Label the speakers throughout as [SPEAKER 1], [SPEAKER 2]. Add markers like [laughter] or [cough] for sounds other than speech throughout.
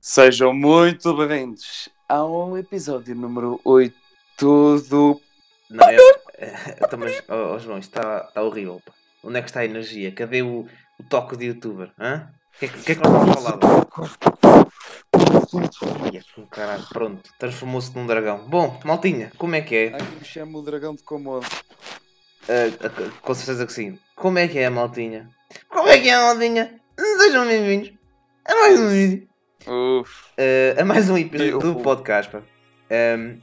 [SPEAKER 1] Sejam muito bem-vindos ao episódio número 8 do.
[SPEAKER 2] Não, eu, então, mas, oh, oh, João, isto está está horrível. pá. Onde é que está a energia? Cadê o, o toque de youtuber? hã? O que, é que- o que é que nós falávamos? Ia, com é um Caralho, pronto, transformou-se num dragão. Bom, maltinha, como é que é?
[SPEAKER 1] Aqui me chamo o Dragão de Komodo.
[SPEAKER 2] Ah, ah, com certeza que sim. Como é que é, maltinha? Como é que é, maltinha? Sejam bem-vindos a mais um vídeo.
[SPEAKER 1] Uf,
[SPEAKER 2] ah, a mais um
[SPEAKER 1] Eu-
[SPEAKER 2] episódio do podcast. pá. Ahm,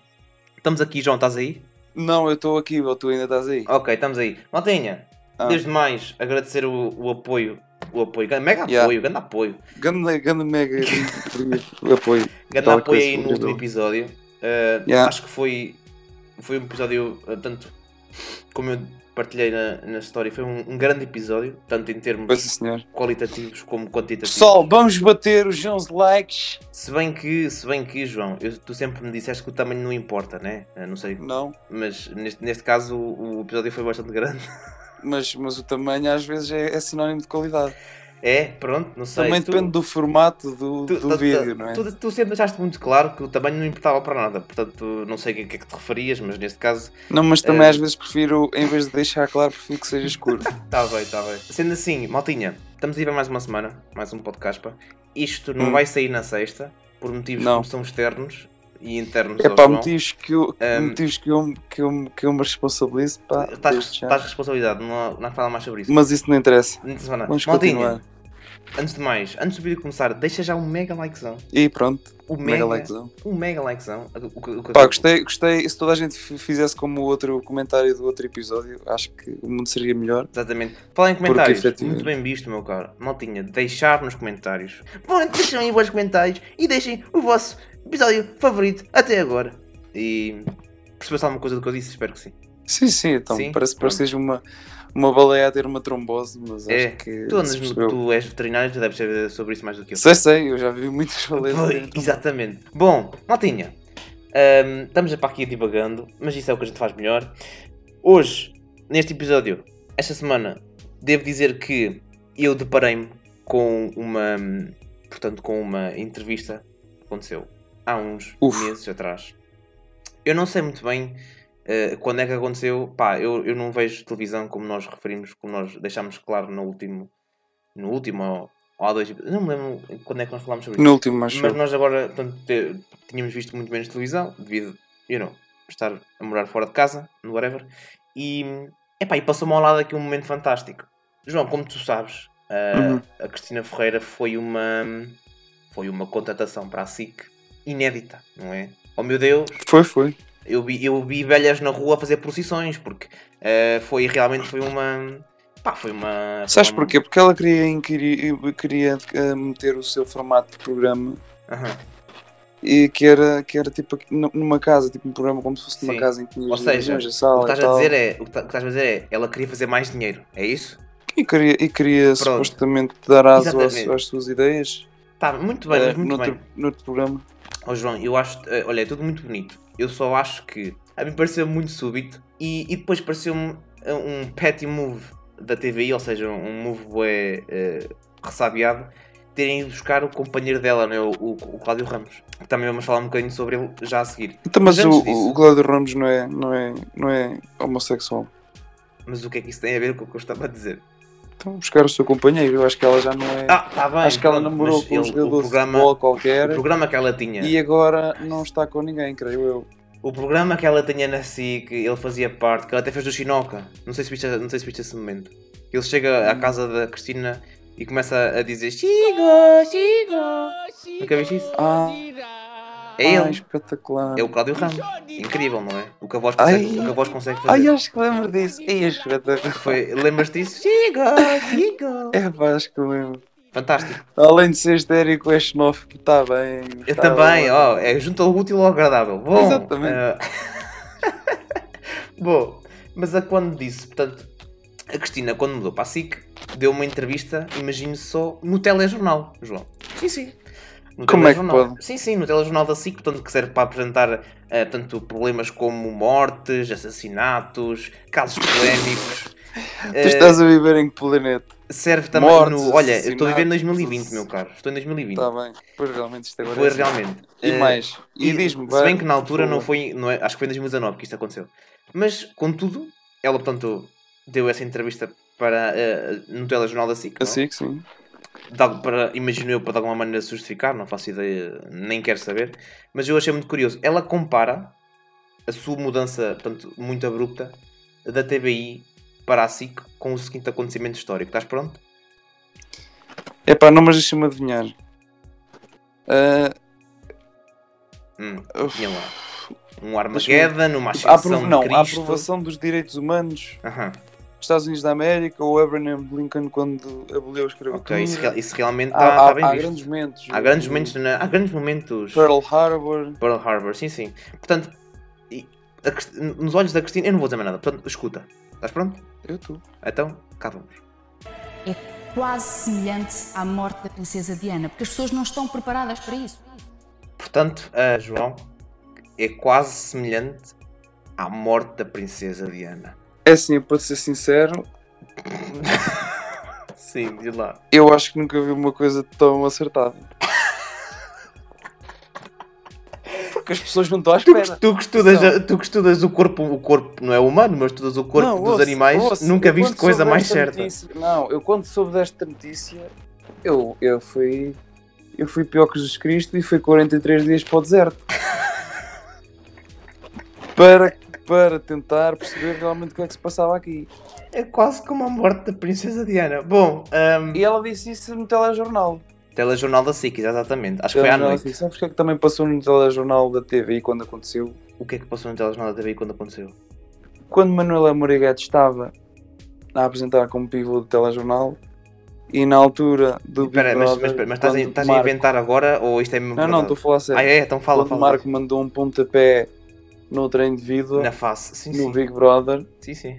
[SPEAKER 2] estamos aqui, João, estás aí?
[SPEAKER 1] não, eu estou aqui, ou tu ainda estás aí?
[SPEAKER 2] Ok, estamos aí. Maltinha,
[SPEAKER 1] Ah.
[SPEAKER 2] desde mais agradecer o, o apoio. O apoio, gan- mega
[SPEAKER 1] Yeah.
[SPEAKER 2] apoio, grande apoio.
[SPEAKER 1] Ganda, ganda mega [laughs] apoio.
[SPEAKER 2] Grande
[SPEAKER 1] Tal
[SPEAKER 2] apoio
[SPEAKER 1] coisa,
[SPEAKER 2] aí no
[SPEAKER 1] obrigado.
[SPEAKER 2] último episódio. Uh,
[SPEAKER 1] Yeah.
[SPEAKER 2] Acho que foi, foi um episódio, uh, tanto como eu partilhei na, na história, foi um, um grande episódio, tanto em termos
[SPEAKER 1] Pois é, senhor.
[SPEAKER 2] qualitativos como quantitativos.
[SPEAKER 1] Pessoal, vamos bater os 11 likes.
[SPEAKER 2] Se bem que, se bem que João, eu- tu sempre me disseste que o tamanho não importa, né? Uh, não sei,
[SPEAKER 1] Não,
[SPEAKER 2] mas neste, neste caso o, o episódio foi bastante grande. [laughs]
[SPEAKER 1] mas, mas o tamanho às vezes é, é sinónimo de qualidade.
[SPEAKER 2] É, pronto, não sei.
[SPEAKER 1] Também
[SPEAKER 2] tu-
[SPEAKER 1] depende do formato do,
[SPEAKER 2] Tu,
[SPEAKER 1] do
[SPEAKER 2] tu-
[SPEAKER 1] vídeo,
[SPEAKER 2] tu-
[SPEAKER 1] não é?
[SPEAKER 2] tu- tu sempre deixaste muito claro que o tamanho não importava para nada, portanto não sei a que é que te referias, mas neste caso
[SPEAKER 1] Não, mas também
[SPEAKER 2] Eh.
[SPEAKER 1] às vezes prefiro, em vez de deixar claro, prefiro que seja escuro.
[SPEAKER 2] está tá bem, está bem. Sendo assim, maltinha, estamos aí para mais uma semana, mais um podcast. pá. Isto não
[SPEAKER 1] Hum.
[SPEAKER 2] vai sair na sexta, por motivos
[SPEAKER 1] Não.
[SPEAKER 2] que são externos e internos.
[SPEAKER 1] É
[SPEAKER 2] ao
[SPEAKER 1] pá,
[SPEAKER 2] João.
[SPEAKER 1] motivos que eu,
[SPEAKER 2] Ahm. Tá,
[SPEAKER 1] motivos que eu, que eu, que eu me responsabilizo, pá.
[SPEAKER 2] Estás,
[SPEAKER 1] desde já.
[SPEAKER 2] estás responsabilidade, não há, não há que falar mais sobre isso.
[SPEAKER 1] Mas isso não interessa.
[SPEAKER 2] Nesta semana.
[SPEAKER 1] Vamos
[SPEAKER 2] Maltinha,
[SPEAKER 1] continuar.
[SPEAKER 2] antes de mais, antes do vídeo começar, deixa já um mega likezão.
[SPEAKER 1] E pronto,
[SPEAKER 2] O mega,
[SPEAKER 1] mega likezão.
[SPEAKER 2] Um é. mega likezão. O que- o que-
[SPEAKER 1] Pá, gostei, gostei. Se toda a gente fi- fizesse como o outro comentário do outro episódio, acho que o mundo seria melhor.
[SPEAKER 2] Exatamente. Fala em comentários.
[SPEAKER 1] efetivamente-
[SPEAKER 2] Muito bem visto, meu caro. Maltinha, deixar nos comentários. Bom, deixem aí os vossos comentários e deixem o vosso episódio favorito até agora. E percebeu-se alguma coisa do que eu disse? Espero que sim.
[SPEAKER 1] Sim, sim, então
[SPEAKER 2] Sim,
[SPEAKER 1] parece,
[SPEAKER 2] pronto.
[SPEAKER 1] parece que seja uma, uma baleia a ter uma trombose, mas
[SPEAKER 2] É,
[SPEAKER 1] acho que.
[SPEAKER 2] Tu, andas
[SPEAKER 1] se
[SPEAKER 2] no-
[SPEAKER 1] percebeu.
[SPEAKER 2] tu és veterinário, tu deves saber sobre isso mais do que eu.
[SPEAKER 1] Sei, sei, eu já vi muitas
[SPEAKER 2] Pois,
[SPEAKER 1] baleias.
[SPEAKER 2] exatamente. Bom, Maltinha, hum, estamos já para aqui divagando, mas isso é o que a gente faz melhor. Hoje, neste episódio, esta semana, devo dizer que eu deparei-me com uma, hum, portanto, com uma entrevista que aconteceu há uns
[SPEAKER 1] Uf.
[SPEAKER 2] meses atrás. Eu não sei muito bem eh, quando é que aconteceu. Pá, eu, eu não vejo televisão como nós referimos, como nós deixámos claro no último, no último ou, ou há dois, não me lembro quando é que nós falámos sobre isso.
[SPEAKER 1] No último, acho
[SPEAKER 2] Mas
[SPEAKER 1] eu.
[SPEAKER 2] nós agora portanto, te- tínhamos visto muito menos televisão, devido, you know, estar a morar fora de casa, no whatever. E, epá, e passou-me ao lado aqui um momento fantástico. João, como tu sabes, a,
[SPEAKER 1] Uhum.
[SPEAKER 2] a Cristina Ferreira foi uma, foi uma contratação para a SIC inédita, não é? Oh meu Deus,
[SPEAKER 1] Foi, foi.
[SPEAKER 2] eu vi, eu vi velhas na rua a fazer procissões, porque eh, foi realmente foi uma... Pá, foi uma...
[SPEAKER 1] Sabes
[SPEAKER 2] foi uma-
[SPEAKER 1] porquê? Porque ela queria, inquirir- queria eh, meter o seu formato de programa
[SPEAKER 2] Aham.
[SPEAKER 1] e que era, que era tipo aqui nu- numa casa, tipo um programa como se fosse numa
[SPEAKER 2] Sim.
[SPEAKER 1] casa em que tinha
[SPEAKER 2] Ou
[SPEAKER 1] as
[SPEAKER 2] seja,
[SPEAKER 1] divisões, a
[SPEAKER 2] O
[SPEAKER 1] sala
[SPEAKER 2] que
[SPEAKER 1] e
[SPEAKER 2] estás a
[SPEAKER 1] tal.
[SPEAKER 2] dizer é... O que ta- o que estás a dizer é... Ela queria fazer mais dinheiro, é isso?
[SPEAKER 1] E queria, e queria
[SPEAKER 2] Pronto.
[SPEAKER 1] supostamente dar aso às,
[SPEAKER 2] Exatamente.
[SPEAKER 1] às suas ideias
[SPEAKER 2] Tá, muito bem,
[SPEAKER 1] eh,
[SPEAKER 2] mas muito
[SPEAKER 1] noutro,
[SPEAKER 2] bem.
[SPEAKER 1] noutro programa.
[SPEAKER 2] Ó João, eu acho, eh, olha, é tudo muito bonito. Eu só acho que a mim pareceu muito súbito e, e depois pareceu-me eh, um petty move da TVI, ou seja, um move bué eh, ressabiado, terem ido buscar o companheiro dela, né, o, o, o Cláudio Ramos. Que também vamos falar um bocadinho sobre ele já a seguir.
[SPEAKER 1] Então, mas,
[SPEAKER 2] Mas
[SPEAKER 1] o,
[SPEAKER 2] antes disso-
[SPEAKER 1] o Gláudio Ramos não é, não, é, não é homossexual.
[SPEAKER 2] Mas o que é que isso tem a ver com o que eu estava a dizer?
[SPEAKER 1] Então, buscar o seu companheiro, eu acho que ela já não é.
[SPEAKER 2] Ah, tá bem.
[SPEAKER 1] acho que ela
[SPEAKER 2] pronto,
[SPEAKER 1] namorou
[SPEAKER 2] mas
[SPEAKER 1] com um
[SPEAKER 2] ele-
[SPEAKER 1] jogador
[SPEAKER 2] o programa,
[SPEAKER 1] de futebol
[SPEAKER 2] o
[SPEAKER 1] qualquer
[SPEAKER 2] programa é. que ela tinha.
[SPEAKER 1] e agora não está com ninguém, creio eu.
[SPEAKER 2] O programa que ela tinha na SIC, ele fazia parte, que ela até fez do Shinoka. Não sei se viste, não sei se viste esse momento. Ele chega à
[SPEAKER 1] Hum.
[SPEAKER 2] casa da Cristina e começa a dizer Chigo, Chigo.
[SPEAKER 3] Nunca viste isso?
[SPEAKER 1] Ah.
[SPEAKER 2] É
[SPEAKER 1] Ai,
[SPEAKER 2] ele.
[SPEAKER 1] Ah, espetacular.
[SPEAKER 2] É o Cláudio Ramos. Incrível, não é? O que a voz
[SPEAKER 1] Ai.
[SPEAKER 2] consegue, o que a voz consegue
[SPEAKER 1] Ai,
[SPEAKER 2] fazer.
[SPEAKER 1] acho que lembro disso. Ai, espetacular.
[SPEAKER 2] Foi, lembras-te disso? Chigo, [laughs] Chigo.
[SPEAKER 1] É pá, acho que lembro.
[SPEAKER 2] Fantástico.
[SPEAKER 1] Além de ser estérico, é xenófobo, está bem.
[SPEAKER 2] Eu
[SPEAKER 1] tá
[SPEAKER 2] também,
[SPEAKER 1] bem.
[SPEAKER 2] ó, é junto ao útil ao agradável. Bom,
[SPEAKER 1] Exatamente.
[SPEAKER 2] eh, [laughs] Bom, mas a quando disse, portanto, a Cristina, quando mudou para a SIC, deu uma entrevista, imagino só, no telejornal, João. Sim, sim. No
[SPEAKER 1] Como é que
[SPEAKER 2] telejornal.
[SPEAKER 1] pode?
[SPEAKER 2] Sim, sim, no telejornal da SIC, portanto, que serve para apresentar
[SPEAKER 1] [laughs]
[SPEAKER 2] eh, tanto problemas como mortes, assassinatos, casos polémicos.
[SPEAKER 1] Tu estás a viver em que planeta?
[SPEAKER 2] Serve também
[SPEAKER 1] Mortes,
[SPEAKER 2] no. Olha, eu estou a viver em
[SPEAKER 1] assassinatos,
[SPEAKER 2] 2020, meu caro. Estou em 2020.
[SPEAKER 1] Está tá bem. Pois realmente isto agora
[SPEAKER 2] foi
[SPEAKER 1] é-
[SPEAKER 2] realmente.
[SPEAKER 1] E
[SPEAKER 2] Eh,
[SPEAKER 1] mais. E, diz-me.
[SPEAKER 2] Se
[SPEAKER 1] vai,
[SPEAKER 2] bem que na
[SPEAKER 1] por
[SPEAKER 2] altura não
[SPEAKER 1] favor.
[SPEAKER 2] foi. Não é, acho que foi em 2019 que isto aconteceu. Mas, contudo, ela, portanto, deu essa entrevista para. eh, no telejornal da SIC. não?
[SPEAKER 1] Assim que sim.
[SPEAKER 2] De algo para, imagino eu, para de alguma maneira se justificar, não faço ideia, nem quero saber, mas eu achei muito curioso. Ela compara a sua mudança, portanto, muito abrupta, da TBI para a SIC com o seguinte acontecimento histórico. Estás pronto?
[SPEAKER 1] É pá, não, mas deixa-me adivinhar. Ah,
[SPEAKER 2] Hum,
[SPEAKER 1] uf.
[SPEAKER 2] tinha lá. Um Armageddon, uma
[SPEAKER 1] a
[SPEAKER 2] ascensão
[SPEAKER 1] aprova-
[SPEAKER 2] de
[SPEAKER 1] não, a
[SPEAKER 2] Cristo.
[SPEAKER 1] aprovação dos direitos humanos
[SPEAKER 2] Aham,
[SPEAKER 1] dos Estados Unidos da América, o Abraham Lincoln quando aboliu a escravatura.
[SPEAKER 2] ok, isso, rea- isso realmente
[SPEAKER 1] Hum. Há,
[SPEAKER 2] está
[SPEAKER 1] há-
[SPEAKER 2] bem
[SPEAKER 1] há
[SPEAKER 2] visto.
[SPEAKER 1] grandes momentos.
[SPEAKER 2] há grandes momentos, na- há grandes momentos
[SPEAKER 1] Pearl Harbor.
[SPEAKER 2] Pearl Harbor, sim, sim. Portanto, e- a Crist- nos olhos da Cristina, eu não vou dizer mais nada, portanto, escuta. Estás pronto?
[SPEAKER 1] Eu estou.
[SPEAKER 2] Então, cá vamos.
[SPEAKER 3] quase semelhante à morte da princesa Diana, porque as pessoas não estão preparadas para isso.
[SPEAKER 2] Portanto, a João é quase semelhante à morte da princesa Diana.
[SPEAKER 1] É assim, eu, para ser sincero,
[SPEAKER 2] Sim, de lá.
[SPEAKER 1] eu acho que nunca vi uma coisa tão acertada. Porque as pessoas não estão à
[SPEAKER 2] Tu,
[SPEAKER 1] espera.
[SPEAKER 2] tu, que estudas, a- tu que estudas o corpo, o corpo não é humano, mas estudas o corpo
[SPEAKER 1] Não,
[SPEAKER 2] dos
[SPEAKER 1] ouça,
[SPEAKER 2] animais,
[SPEAKER 1] ouça,
[SPEAKER 2] nunca
[SPEAKER 1] eu
[SPEAKER 2] viste
[SPEAKER 1] quando
[SPEAKER 2] coisa
[SPEAKER 1] soube
[SPEAKER 2] mais
[SPEAKER 1] desta
[SPEAKER 2] certa.
[SPEAKER 1] notícia- não, eu quando soube desta notícia, eu, eu fui. Eu fui pior que Jesus Cristo e fui 43 dias para o deserto.
[SPEAKER 2] [laughs]
[SPEAKER 1] para, para tentar perceber realmente o que é que se passava aqui.
[SPEAKER 2] É quase como a morte da princesa Diana. Bom, ahm,
[SPEAKER 1] E ela disse isso no telejornal.
[SPEAKER 2] telejornal da SIC, exatamente. Acho que foi à
[SPEAKER 1] Telejornal,
[SPEAKER 2] noite.
[SPEAKER 1] assim, Sabes porque é que também passou no telejornal da TV quando aconteceu?
[SPEAKER 2] O que é que passou no telejornal da TV quando aconteceu?
[SPEAKER 1] Quando Manuela Moriguete estava a apresentar como pivô do telejornal e na altura do Big
[SPEAKER 2] Espera, mas, mas,
[SPEAKER 1] Brother,
[SPEAKER 2] mas estás, a,
[SPEAKER 1] quando
[SPEAKER 2] estás a
[SPEAKER 1] Marco-
[SPEAKER 2] inventar agora ou isto é mesmo
[SPEAKER 1] Não, não, estou a
[SPEAKER 2] verdade?
[SPEAKER 1] falar a sério.
[SPEAKER 2] Ah, é? Então fala,
[SPEAKER 1] quando o
[SPEAKER 2] fala.
[SPEAKER 1] Marco mandou um pontapé noutra indivídua
[SPEAKER 2] Na face. Sim,
[SPEAKER 1] no
[SPEAKER 2] sim.
[SPEAKER 1] Big Brother,
[SPEAKER 2] sim, sim.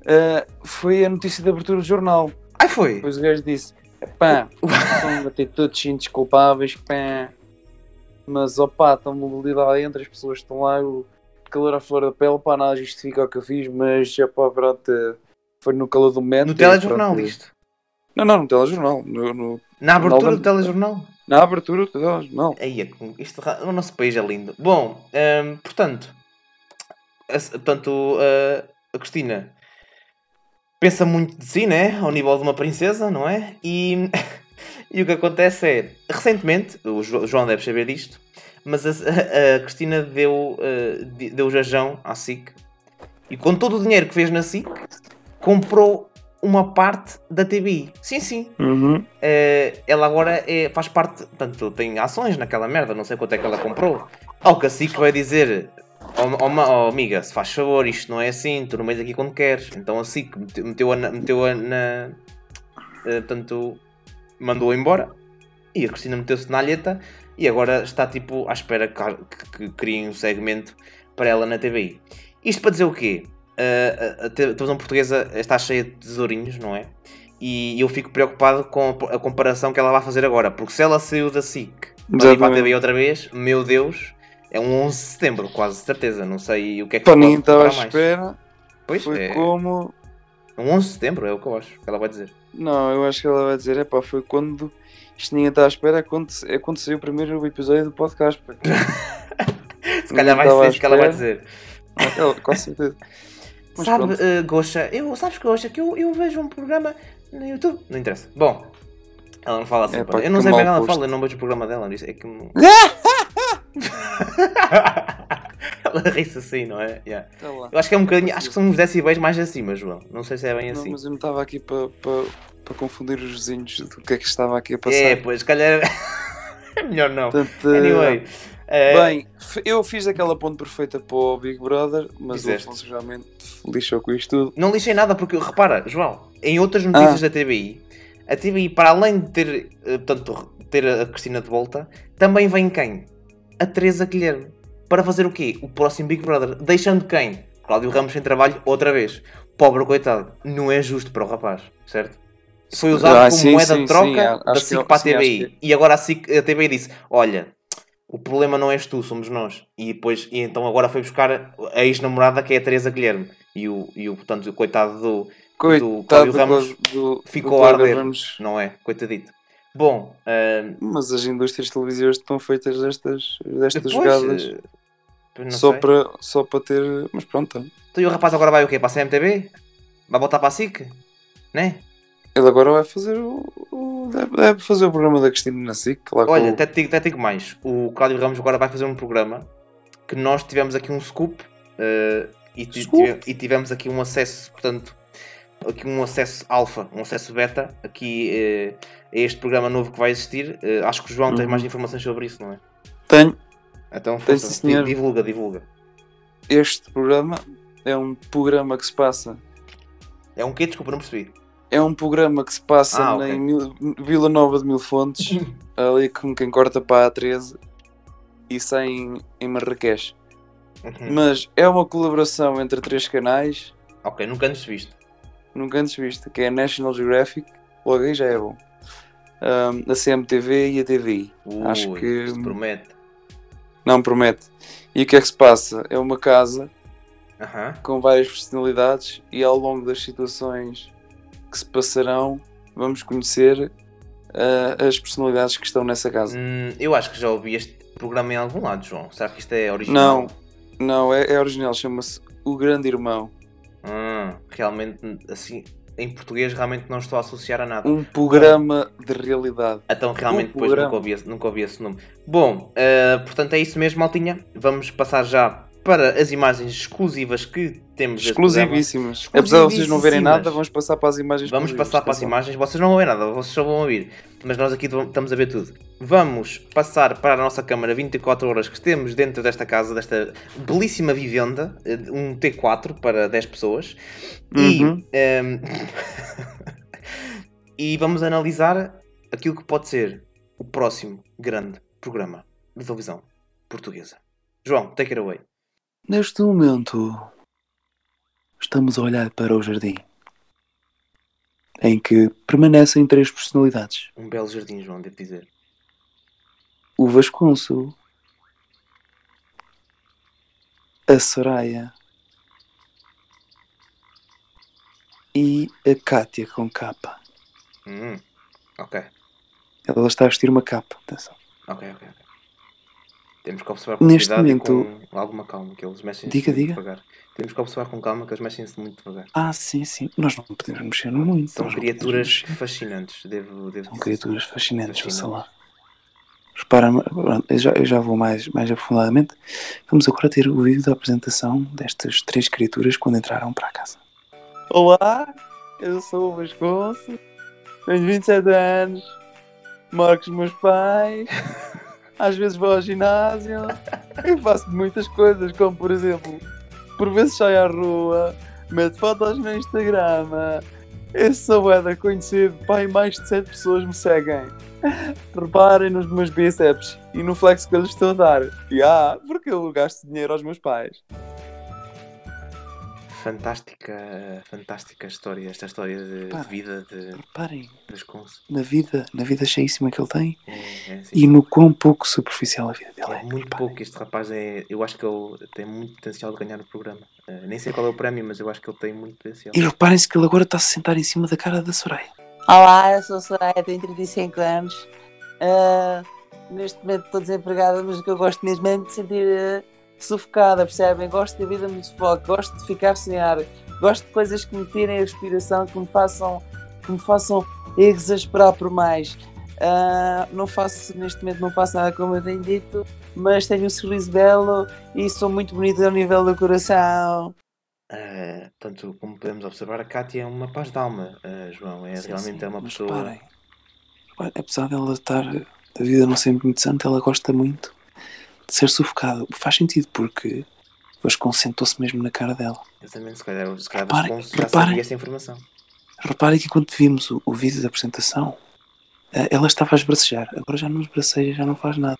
[SPEAKER 1] uh, foi a notícia de abertura do jornal.
[SPEAKER 2] Ai, foi!
[SPEAKER 1] Depois o gajo disse: pá, são atitudes indesculpáveis, pá, mas opá, estão ali lá dentro, as pessoas estão lá, o calor à flor da pele, pá, nada justifica o que eu fiz, mas opá, pronto, foi no calor do momento.
[SPEAKER 2] No
[SPEAKER 1] e,
[SPEAKER 2] telejornal,
[SPEAKER 1] é, pronto.
[SPEAKER 2] isto.
[SPEAKER 1] Não, não, no telejornal, no, no-
[SPEAKER 2] Na abertura
[SPEAKER 1] Não,
[SPEAKER 2] do telejornal.
[SPEAKER 1] na abertura do telejornal.
[SPEAKER 2] Aí, é com- isto, ra- o nosso país é lindo. Bom, hum, portanto, a, se- portanto a, a Cristina pensa muito de si, né? Ao nível de uma princesa, não é? E, [laughs] e o que acontece é, recentemente, o Jo- o João deve saber disto, mas a, a- a Cristina deu, eh, di- deu jajão à SIC e com todo o dinheiro que fez na SIC, comprou uma parte da TBI. Sim, sim, eh, ela agora é- faz parte, portanto, tem ações naquela merda, não sei quanto é que ela comprou. Ao cacique assim vai dizer: Ó oh, amiga, se faz favor, isto não é assim, tu não vens aqui quando queres. Então a SIC mete- meteu-a na. Meteu na eh, portanto, mandou-a embora e a Cristina meteu-se na alheta e agora está tipo à espera que, que, que criem um segmento para ela na TVI. Isto para dizer o quê? Eh, a, a te- a televisão portuguesa está cheia de tesourinhos, não é? e eu fico preocupado com a po- a comparação que ela vai fazer agora, porque se ela saiu da SIC para ir para a
[SPEAKER 1] Exatamente.
[SPEAKER 2] TV outra vez, meu Deus, é um 11 de setembro, quase certeza, não sei o que é que
[SPEAKER 1] Pá,
[SPEAKER 2] se pode
[SPEAKER 1] ninguém estava à
[SPEAKER 2] comparar mais.
[SPEAKER 1] espera,
[SPEAKER 2] Pois,
[SPEAKER 1] foi
[SPEAKER 2] é,
[SPEAKER 1] como.
[SPEAKER 2] um 11 de setembro é o que eu acho que ela vai dizer.
[SPEAKER 1] Não, eu acho que ela vai dizer, epá, foi quando isto ninguém está à espera, é quando, é quando saiu o primeiro episódio do podcast. pá.
[SPEAKER 2] [laughs] Se calhar vai
[SPEAKER 1] estava à
[SPEAKER 2] ser isso que ela vai
[SPEAKER 1] espera.
[SPEAKER 2] dizer.
[SPEAKER 1] [laughs] Ela, com certeza. é. Mas
[SPEAKER 2] Sabe,
[SPEAKER 1] pronto.
[SPEAKER 2] eh, Gosha, eu, sabes, Gosha, que eu, eu vejo um programa no YouTube. Não interessa. Bom, ela não fala assim.
[SPEAKER 1] É,
[SPEAKER 2] pá.
[SPEAKER 1] pá,
[SPEAKER 2] eu não
[SPEAKER 1] que
[SPEAKER 2] sei bem o que
[SPEAKER 1] mau
[SPEAKER 2] ela
[SPEAKER 1] gosto.
[SPEAKER 2] fala, eu não vejo o programa dela. Isso é
[SPEAKER 1] [laughs]
[SPEAKER 2] que... me- [laughs] ela ri-se assim, não é? Yeah.
[SPEAKER 1] Tá lá.
[SPEAKER 2] Eu acho que é um bocadinho. Acho que são uns decibéis mais acima, João. Não sei se é bem
[SPEAKER 1] Não,
[SPEAKER 2] assim.
[SPEAKER 1] mas eu não estava aqui para confundir os vizinhos do que é que estava aqui a passar.
[SPEAKER 2] É, pois, se calhar. [laughs] é melhor não.
[SPEAKER 1] Portanto, eh,
[SPEAKER 2] Anyway. eh,
[SPEAKER 1] Bem, f- eu fiz aquela ponte perfeita para o Big Brother, mas
[SPEAKER 2] Fizeste.
[SPEAKER 1] o Afonso realmente lixou com isto tudo.
[SPEAKER 2] Não lixei nada porque, repara, João, em outras notícias da TBI, a TBI, para além de ter, eh, portanto, ter a Cristina de volta, também vem quem? A Teresa Guilherme. Para fazer o quê? O próximo Big Brother. Deixando quem? Cláudio Ramos sem trabalho outra vez. Pobre coitado. Não é justo para o rapaz, certo? Foi usado
[SPEAKER 1] Ah,
[SPEAKER 2] como
[SPEAKER 1] sim,
[SPEAKER 2] moeda
[SPEAKER 1] sim,
[SPEAKER 2] de troca
[SPEAKER 1] sim, acho
[SPEAKER 2] da
[SPEAKER 1] que
[SPEAKER 2] SIC
[SPEAKER 1] eu-
[SPEAKER 2] para a
[SPEAKER 1] sim, acho
[SPEAKER 2] TBI. E agora a, SIC, a TBI disse, olha, o problema não és tu, somos nós. E depois, e então agora foi buscar a ex-namorada que é a Teresa Guilherme. E o, e o portanto, o coitado do, do
[SPEAKER 1] Coitado
[SPEAKER 2] Cláudio
[SPEAKER 1] do,
[SPEAKER 2] Ramos
[SPEAKER 1] do-
[SPEAKER 2] ficou
[SPEAKER 1] do
[SPEAKER 2] a
[SPEAKER 1] Cláudio
[SPEAKER 2] arder.
[SPEAKER 1] Ramos.
[SPEAKER 2] Não é? Coitadito. Bom, ah,
[SPEAKER 1] Mas as indústrias televisivas estão feitas destas, destas
[SPEAKER 2] depois,
[SPEAKER 1] jogadas
[SPEAKER 2] eh, não
[SPEAKER 1] só
[SPEAKER 2] sei.
[SPEAKER 1] para, só para ter. Mas pronto,
[SPEAKER 2] Então e o rapaz agora vai o quê? Para a CMTV? Vai voltar para a SIC? Né?
[SPEAKER 1] ele agora vai fazer o. o- deve, deve fazer o programa da Cristina na SIC, lá com
[SPEAKER 2] Olha,
[SPEAKER 1] o-
[SPEAKER 2] até te, digo, até te digo mais. O Cláudio Ramos agora vai fazer um programa que nós tivemos aqui um scoop, eh, e, ti-
[SPEAKER 1] Scoop?
[SPEAKER 2] tive- e tivemos aqui um acesso, portanto, aqui um acesso alfa, um acesso beta, aqui eh, a este programa novo que vai existir. Eh, acho que o João tem
[SPEAKER 1] Uhum.
[SPEAKER 2] mais informações sobre isso, não é?
[SPEAKER 1] Tenho.
[SPEAKER 2] Então,
[SPEAKER 1] Tem,
[SPEAKER 2] força,
[SPEAKER 1] sim, senhor.
[SPEAKER 2] di- divulga, divulga.
[SPEAKER 1] Este programa é um programa que se passa.
[SPEAKER 2] É um quê? Desculpa, não percebi.
[SPEAKER 1] É um programa que se passa
[SPEAKER 2] Ah,
[SPEAKER 1] na-
[SPEAKER 2] ok.
[SPEAKER 1] em Mil- Vila Nova de Mil Fontes, ali como quem corta para a A13 e sai em, em Marrakech.
[SPEAKER 2] Uhum.
[SPEAKER 1] Mas é uma colaboração entre três canais,
[SPEAKER 2] Ok, nunca nos viste.
[SPEAKER 1] nunca antes vista, que é a National Geographic, logo aí já é bom. Ahm, a CMTV e a TVI. Acho
[SPEAKER 2] Ui,
[SPEAKER 1] que-
[SPEAKER 2] isto promete.
[SPEAKER 1] Não promete. E o que é que se passa? É uma casa
[SPEAKER 2] Aham.
[SPEAKER 1] com várias personalidades e ao longo das situações que se passarão vamos conhecer ah, as personalidades que estão nessa casa.
[SPEAKER 2] Hum, eu acho que já ouvi este programa em algum lado, João. Será que isto é original?
[SPEAKER 1] Não, não, é, é original, chama-se O Grande Irmão.
[SPEAKER 2] Hum, realmente, assim, em português realmente não estou a associar a nada.
[SPEAKER 1] Um programa de realidade.
[SPEAKER 2] Então realmente
[SPEAKER 1] um
[SPEAKER 2] depois
[SPEAKER 1] programa.
[SPEAKER 2] nunca ouvi, esse- nunca ouvi esse nome. Bom, eh, portanto é isso mesmo, Maltinha. Vamos passar já para as imagens exclusivas que temos deste programa.
[SPEAKER 1] Exclusivíssimas. Apesar de vocês não verem nada,
[SPEAKER 2] Exclusivíssimas.
[SPEAKER 1] vamos passar para as imagens
[SPEAKER 2] Vamos
[SPEAKER 1] exclusivas,
[SPEAKER 2] passar para as
[SPEAKER 1] atenção.
[SPEAKER 2] imagens. Vocês não vão ver nada, vocês só vão ouvir. Mas nós aqui estamos a ver tudo. Vamos passar para a nossa câmara 24 horas que temos dentro desta casa, desta belíssima vivenda. eh, Um T4 para 10 pessoas. E,
[SPEAKER 1] Uhum.
[SPEAKER 2] ehm, [laughs] e vamos analisar aquilo que pode ser o próximo grande programa de televisão portuguesa. João, take it away.
[SPEAKER 1] Neste momento, estamos a olhar para o jardim em que permanecem três personalidades:
[SPEAKER 2] Um belo jardim, João, devo dizer.
[SPEAKER 1] o Vasconso, a Soraya e a Kátia com capa.
[SPEAKER 2] Hum, ok,
[SPEAKER 1] Ela está a vestir uma capa. Atenção.
[SPEAKER 2] ok, ok. ok. Temos que observar com
[SPEAKER 1] Neste
[SPEAKER 2] cuidado e
[SPEAKER 1] momento-
[SPEAKER 2] com alguma calma, que eles mexem
[SPEAKER 1] Diga, diga.
[SPEAKER 2] devagar. Temos que observar com calma, que eles mexem-se muito devagar.
[SPEAKER 1] Ah, sim, sim. Nós não podemos mexer muito.
[SPEAKER 2] São
[SPEAKER 1] nós não podemos
[SPEAKER 2] criaturas
[SPEAKER 1] mexer.
[SPEAKER 2] fascinantes, devo, devo
[SPEAKER 1] São
[SPEAKER 2] dizer.
[SPEAKER 1] criaturas fascinantes,
[SPEAKER 2] Fascinantes.
[SPEAKER 1] ouça lá. Repara, pronto, eu já, eu já vou mais, mais aprofundadamente. Vamos agora ter o vídeo da apresentação destas três criaturas quando entraram para a casa. Olá, eu sou o Vasconcelos, tenho 27 anos, moro com os meus [laughs] pais, às vezes vou ao ginásio e faço muitas coisas, como por exemplo, por vezes saio à rua, meto fotos no Instagram, esse Sabeda conhecido, pai, mais de 7 pessoas me seguem. Reparem nos meus bíceps e no flex que eu lhes estou a dar. E ah, porque eu gasto dinheiro aos meus pais.
[SPEAKER 2] Fantástica, fantástica história, esta história de,
[SPEAKER 1] Pá.
[SPEAKER 2] de vida de
[SPEAKER 1] Reparem
[SPEAKER 2] Vasconcelos.
[SPEAKER 1] na vida, na vida cheíssima que ele tem
[SPEAKER 2] É, é, sim.
[SPEAKER 1] e no quão pouco superficial a vida dele
[SPEAKER 2] É
[SPEAKER 1] é.
[SPEAKER 2] muito
[SPEAKER 1] Reparem.
[SPEAKER 2] pouco. Este rapaz é. Eu acho que ele tem muito potencial de ganhar o programa. Eh, nem sei qual é o prémio, mas eu acho que ele tem muito potencial.
[SPEAKER 1] E reparem-se que ele agora está a se sentar em cima da cara da Soraya.
[SPEAKER 4] Olá, eu sou a Soraya, tenho 35 anos. Ah, neste momento estou desempregada, mas o que eu gosto mesmo é de me sentir ah, sufocada, percebem? Gosto da vida me sufoco, gosto de ficar sem ar, gosto de coisas que me tirem a respiração, que me façam, que me façam exasperar por mais. Ah, não faço, neste momento não faço nada como eu tenho dito, mas tenho um sorriso belo e sou muito bonita ao nível do coração.
[SPEAKER 2] Eh, portanto, como podemos observar, a Kátia é uma paz de alma, eh, João. É,
[SPEAKER 1] Sim,
[SPEAKER 2] realmente
[SPEAKER 1] sim,
[SPEAKER 2] é uma
[SPEAKER 1] mas
[SPEAKER 2] pessoa.
[SPEAKER 1] Reparem, reparem, apesar dela estar da vida não sempre muito santa, ela gosta muito de ser sufocada. O que Faz sentido porque Vasconcelos sentou-se mesmo na cara dela.
[SPEAKER 2] Exatamente, se calhar, se calhar
[SPEAKER 1] Reparem,
[SPEAKER 2] Vasconcelos já
[SPEAKER 1] reparem.
[SPEAKER 2] sabia essa informação.
[SPEAKER 1] Reparem que enquanto vimos o, o vídeo da apresentação, eh, ela estava a esbracejar. Agora já não esbraceja, já não faz nada.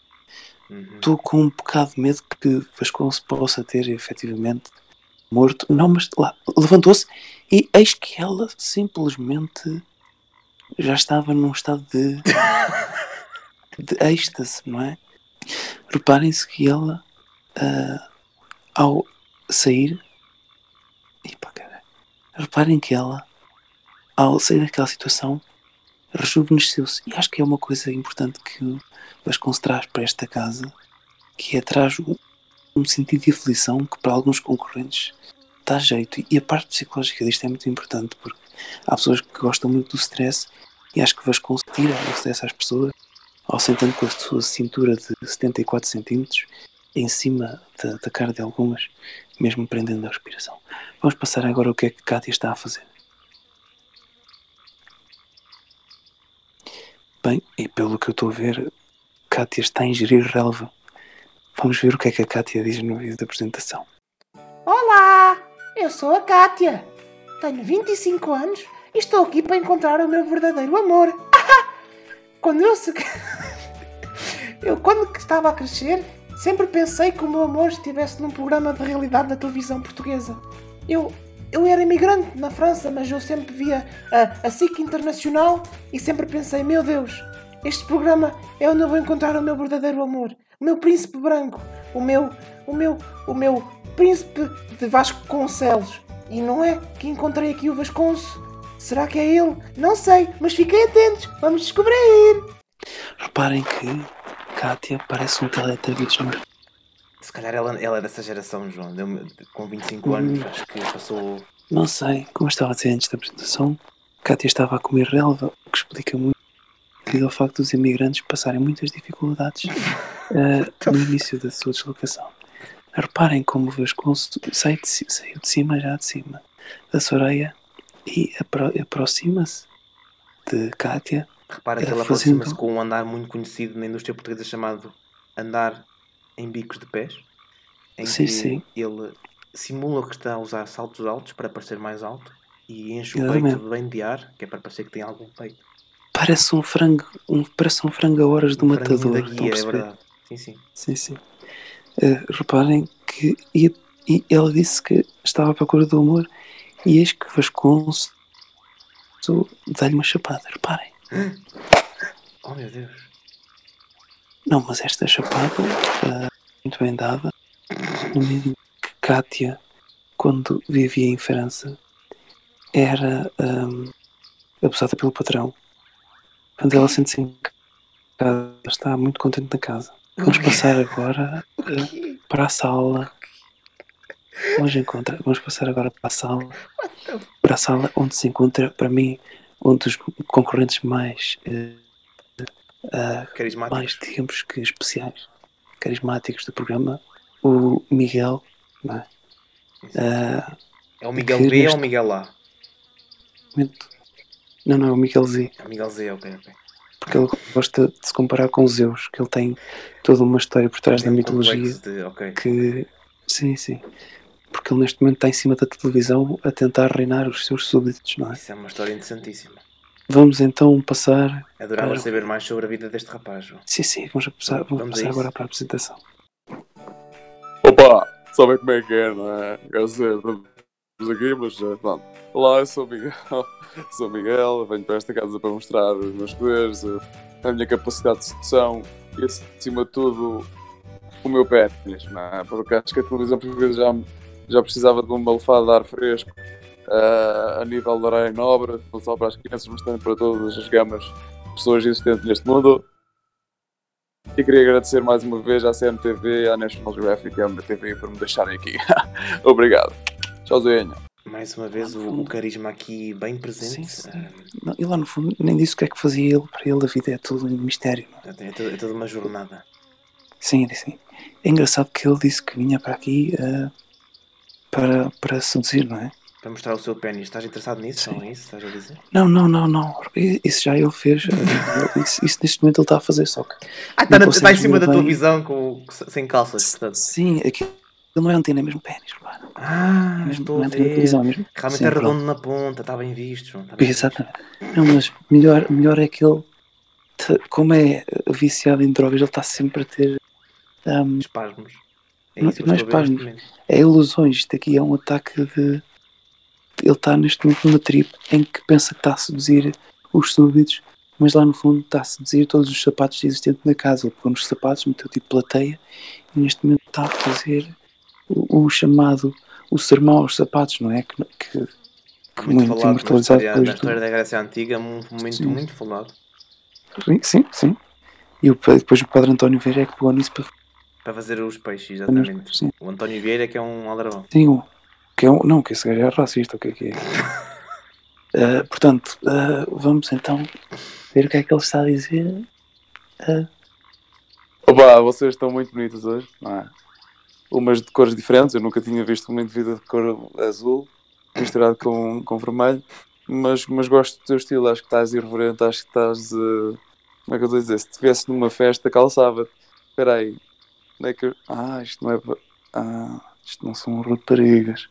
[SPEAKER 2] Uhum.
[SPEAKER 1] Estou com um bocado de medo que Vasconcelos possa ter efetivamente morto. Não, mas lá, levantou-se e eis que ela simplesmente já estava num estado de, de êxtase, não é? Reparem-se que ela, ah, ao sair. Ih, pá, cara. Reparem que ela, ao sair daquela situação, rejuvenesceu-se. E acho que é uma coisa importante que o Vasconcelos traz para esta casa, que é traz um- um sentido de aflição que para alguns concorrentes dá jeito. E a parte psicológica disto é muito importante, porque há pessoas que gostam muito do stress e acho que Vasconcelos tira o stress às pessoas ao sentando com a sua cintura de 74 centímetros em cima da, da cara de algumas, mesmo prendendo a respiração. Vamos passar agora o que é que Kátia está a fazer. Bem, e pelo que eu estou a ver, Kátia está a ingerir relva. Vamos ver o que é que a Kátia diz no vídeo da apresentação.
[SPEAKER 5] Olá, eu sou a Kátia. Tenho 25 anos e estou aqui para encontrar o meu verdadeiro amor. [laughs] quando eu se... [laughs] Eu quando que estava a crescer, sempre pensei que o meu amor estivesse num programa de realidade da televisão portuguesa. Eu eu era imigrante na França, mas eu sempre via a, a SIC Internacional e sempre pensei, meu Deus, este programa é onde eu vou encontrar o meu verdadeiro amor, o meu príncipe branco, o meu, o meu, o meu príncipe de Vasconcelos. E não é que encontrei aqui o Vasconcelos. Será que é ele? Não sei, mas fiquem atentos, vamos descobrir!
[SPEAKER 1] Reparem que Kátia parece um teletubbies número
[SPEAKER 2] Se calhar ela, ela é dessa geração, João. Deu-me- com 25
[SPEAKER 1] Hum.
[SPEAKER 2] anos, acho que passou.
[SPEAKER 1] Não sei, como eu estava a dizer antes da apresentação, Kátia estava a comer relva, o que explica muito devido ao facto dos imigrantes passarem muitas
[SPEAKER 2] [laughs]
[SPEAKER 1] dificuldades eh, no início da sua deslocação. Reparem como o Vasconcelos sai de ci- saiu de cima, já de cima, da Soreia e apro- aproxima-se de Kátia.
[SPEAKER 2] Repara que
[SPEAKER 1] Era então?
[SPEAKER 2] ela
[SPEAKER 1] fazendo-
[SPEAKER 2] aproxima-se com um andar muito conhecido na indústria portuguesa chamado andar em bicos de pés. Em
[SPEAKER 1] Sim,
[SPEAKER 2] que
[SPEAKER 1] sim.
[SPEAKER 2] ele simula que está a usar saltos altos para parecer mais alto e enche o
[SPEAKER 1] Exatamente.
[SPEAKER 2] peito bem de ar, que é para parecer que tem algum peito.
[SPEAKER 1] Parece um frango, um, parece um frango a horas do
[SPEAKER 2] Um franguinho
[SPEAKER 1] matador.
[SPEAKER 2] da
[SPEAKER 1] estão a
[SPEAKER 2] guia, é
[SPEAKER 1] perceber?
[SPEAKER 2] verdade. Sim, sim.
[SPEAKER 1] Sim, sim. Eh, reparem que e, e ele disse que estava à procura do amor e eis que Vasconcelos dá-lhe uma chapada. Reparem.
[SPEAKER 2] Oh meu Deus.
[SPEAKER 1] Não, mas esta chapada, eh, muito bem dada, no mesmo que Kátia, quando vivia em França, era ahm, abusada pelo patrão. Quando ela sente-se em casa, está muito contente na casa. Vamos passar agora eh, para a sala. Vamos, encontrar, vamos passar agora para a sala. Para a sala onde se encontra, para mim, um dos concorrentes mais. eh,
[SPEAKER 2] Carismático.
[SPEAKER 1] Ah, mais, digamos que especiais, carismáticos do programa, o Miguel, não é? Ah,
[SPEAKER 2] É o Miguel
[SPEAKER 1] que
[SPEAKER 2] B ou
[SPEAKER 1] neste-
[SPEAKER 2] o Miguel A?
[SPEAKER 1] momento- não, não, é o Miguel Z,
[SPEAKER 2] É o Miguel Z, ok, ok.
[SPEAKER 1] porque ele gosta de se comparar com os Zeus, que ele tem toda uma história por trás
[SPEAKER 2] Tem
[SPEAKER 1] da
[SPEAKER 2] um
[SPEAKER 1] mitologia
[SPEAKER 2] complexo de- ok.
[SPEAKER 1] que. Sim, sim. Porque ele neste momento está em cima da televisão a tentar reinar os seus súbditos, não é?
[SPEAKER 2] Isso é uma história interessantíssima.
[SPEAKER 1] Vamos então passar.
[SPEAKER 2] Adorava
[SPEAKER 1] Claro.
[SPEAKER 2] saber mais sobre a vida deste rapaz, João.
[SPEAKER 1] Sim, sim, vamos passar, vamos
[SPEAKER 2] Vamos a
[SPEAKER 1] passar
[SPEAKER 2] isso.
[SPEAKER 1] agora para a apresentação.
[SPEAKER 6] Opa, sabem como é que é, não é? Quer dizer, estamos aqui, mas eh, pronto. Olá, eu sou o Miguel. [laughs] Sou o Miguel, venho para esta casa para mostrar os meus poderes, eh, a minha capacidade de sedução e, acima de tudo, o meu pênis, não é? Porque acho que a televisão portuguesa já, já precisava de uma lefada de ar fresco eh, a nível da área nobre, não só para as crianças, mas também para todas as gamas de pessoas existentes neste mundo. E queria agradecer mais uma vez à CMTV, à National Geographic e à MTV por me deixarem aqui. [laughs] Obrigado. Tchauzinho.
[SPEAKER 2] Mais uma vez o, o carisma aqui bem presente. eh,
[SPEAKER 1] Sim, sim. Não, e lá no fundo nem disse o que é que fazia ele, para ele a vida é tudo um mistério.
[SPEAKER 2] Ah, é, to- é toda uma jornada.
[SPEAKER 1] Sim, sim. É engraçado que ele disse que vinha para aqui eh, para, para seduzir, não é?
[SPEAKER 2] Para mostrar o seu pênis. Estás interessado nisso,
[SPEAKER 1] Sim.
[SPEAKER 2] João? É isso que estás a dizer?
[SPEAKER 1] Não, não, não, não. I- Isso já ele fez.
[SPEAKER 2] [laughs]
[SPEAKER 1] eh, isso, isso neste momento ele está a fazer, só que.
[SPEAKER 2] Ah,
[SPEAKER 1] está na- Não está em consegues cima ver da bem.
[SPEAKER 2] televisão sem calças,
[SPEAKER 1] Sim, aquilo não é antena, é mesmo pênis, claro.
[SPEAKER 2] Ah,
[SPEAKER 1] É mesmo,
[SPEAKER 2] estou
[SPEAKER 1] não é
[SPEAKER 2] a
[SPEAKER 1] antena de
[SPEAKER 2] ver.
[SPEAKER 1] televisão, é mesmo.
[SPEAKER 2] Realmente
[SPEAKER 1] Sim,
[SPEAKER 2] é
[SPEAKER 1] pronto.
[SPEAKER 2] redondo na ponta, está bem visto, João. está bem visto.
[SPEAKER 1] Exatamente. Não, mas melhor, melhor é que ele, te- como é viciado em drogas, ele está sempre a ter. um, ahm,
[SPEAKER 2] Espasmos.
[SPEAKER 1] Não-
[SPEAKER 2] que eu
[SPEAKER 1] não é
[SPEAKER 2] estou a ver neste
[SPEAKER 1] espasmos.
[SPEAKER 2] momento.
[SPEAKER 1] é ilusões. Isto aqui é um ataque de. tá Ele está neste momento numa trip em que pensa que está a seduzir tá os súbditos, mas lá no fundo está a seduzir todos os sapatos existentes na casa. Ele pegou nos sapatos, meteu tipo plateia e neste momento está a fazer o, o chamado, o sermão aos sapatos, não é? Que, que- que muito,
[SPEAKER 2] na
[SPEAKER 1] imortalizado
[SPEAKER 2] história, na
[SPEAKER 1] depois do,
[SPEAKER 2] história da Grécia Antiga, um momento
[SPEAKER 1] Sim.
[SPEAKER 2] muito falado.
[SPEAKER 1] Sim, sim, sim. E o, pa- depois o Padre António Vieira é que pegou nisso para
[SPEAKER 2] Para fazer os peixes,
[SPEAKER 1] fazer nos-
[SPEAKER 2] exatamente.
[SPEAKER 1] Sim,
[SPEAKER 2] O António Vieira, que é um aldrabão.
[SPEAKER 1] sim o, que é um, não, que esse gajo é racista, o que é que é? Ah, portanto, ah, vamos então ver o que é que ele está a dizer.
[SPEAKER 6] Opa, vocês estão muito bonitas hoje, não é? Umas de cores diferentes, eu nunca tinha visto uma indivídua de cor azul misturado com, com vermelho, mas, mas gosto do teu estilo, acho que estás irreverente, acho que estás. eh, como é que eu estou a dizer? Se estivesse numa festa, calçava-te. Espera aí, onde é que. eu- Ah, isto não é. pa- Ah, isto não são raparigas.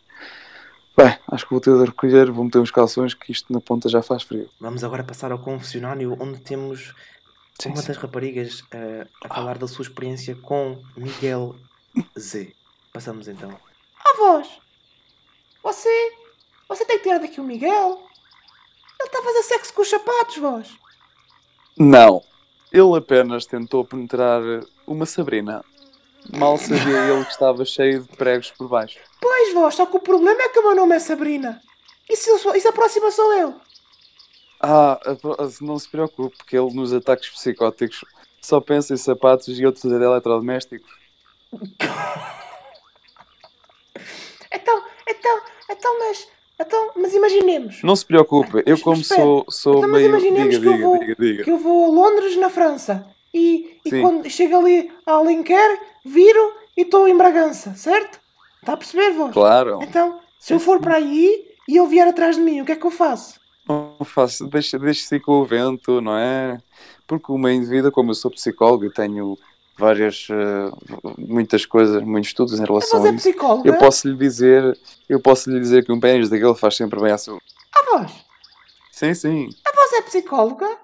[SPEAKER 6] Bem, acho que vou ter de recolher, vou meter uns calções que isto na ponta já faz frio.
[SPEAKER 2] Vamos agora passar ao confessionário, onde temos
[SPEAKER 1] Sim,
[SPEAKER 2] uma
[SPEAKER 1] sim.
[SPEAKER 2] das raparigas eh, a falar da sua experiência com Miguel Z. Passamos então.
[SPEAKER 5] Avós, você. Você tem que tirar daqui o Miguel. Ele está a fazer sexo com os sapatos, vós.
[SPEAKER 6] Não. Ele apenas tentou penetrar uma Sabrina. Mal sabia ele que estava cheio de pregos por baixo.
[SPEAKER 5] Pois, vós, só que o problema é que o meu nome é Sabrina. E se, eu sou- e se a próxima sou eu?
[SPEAKER 6] Ah, a pro- não se preocupe, que ele nos ataques psicóticos só pensa em sapatos e outros eletrodomésticos.
[SPEAKER 5] Então, então, então, mas. Então, mas imaginemos
[SPEAKER 6] Não se preocupe, eu
[SPEAKER 5] Mas-
[SPEAKER 6] como
[SPEAKER 5] mas espera.
[SPEAKER 6] sou, sou
[SPEAKER 5] Então, mas
[SPEAKER 6] meio...
[SPEAKER 5] imaginemos
[SPEAKER 6] Diga,
[SPEAKER 5] que eu
[SPEAKER 6] diga,
[SPEAKER 5] vou-
[SPEAKER 6] diga, diga.
[SPEAKER 5] que eu vou a Londres, na França. E, e
[SPEAKER 6] Sim.
[SPEAKER 5] quando chego ali a Alenquer, viro e estou em Bragança, certo? Está a perceber, vós?
[SPEAKER 6] Claro,
[SPEAKER 5] Então, se eu for para aí e ele vier atrás de mim, o que é que eu faço?
[SPEAKER 6] não faço, deixa- deixe-se ir com o vento, não é? Porque uma indivídua, como eu sou psicólogo e tenho várias, eh, muitas coisas, muitos estudos em
[SPEAKER 5] Mas
[SPEAKER 6] relação
[SPEAKER 5] você
[SPEAKER 6] a
[SPEAKER 5] é
[SPEAKER 6] isso.
[SPEAKER 5] psicóloga?
[SPEAKER 6] Eu posso lhe dizer, eu posso lhe dizer que um pênis daquele faz sempre bem à saúde.
[SPEAKER 5] Ah, vós?
[SPEAKER 6] Sim, sim,
[SPEAKER 5] Você é psicóloga?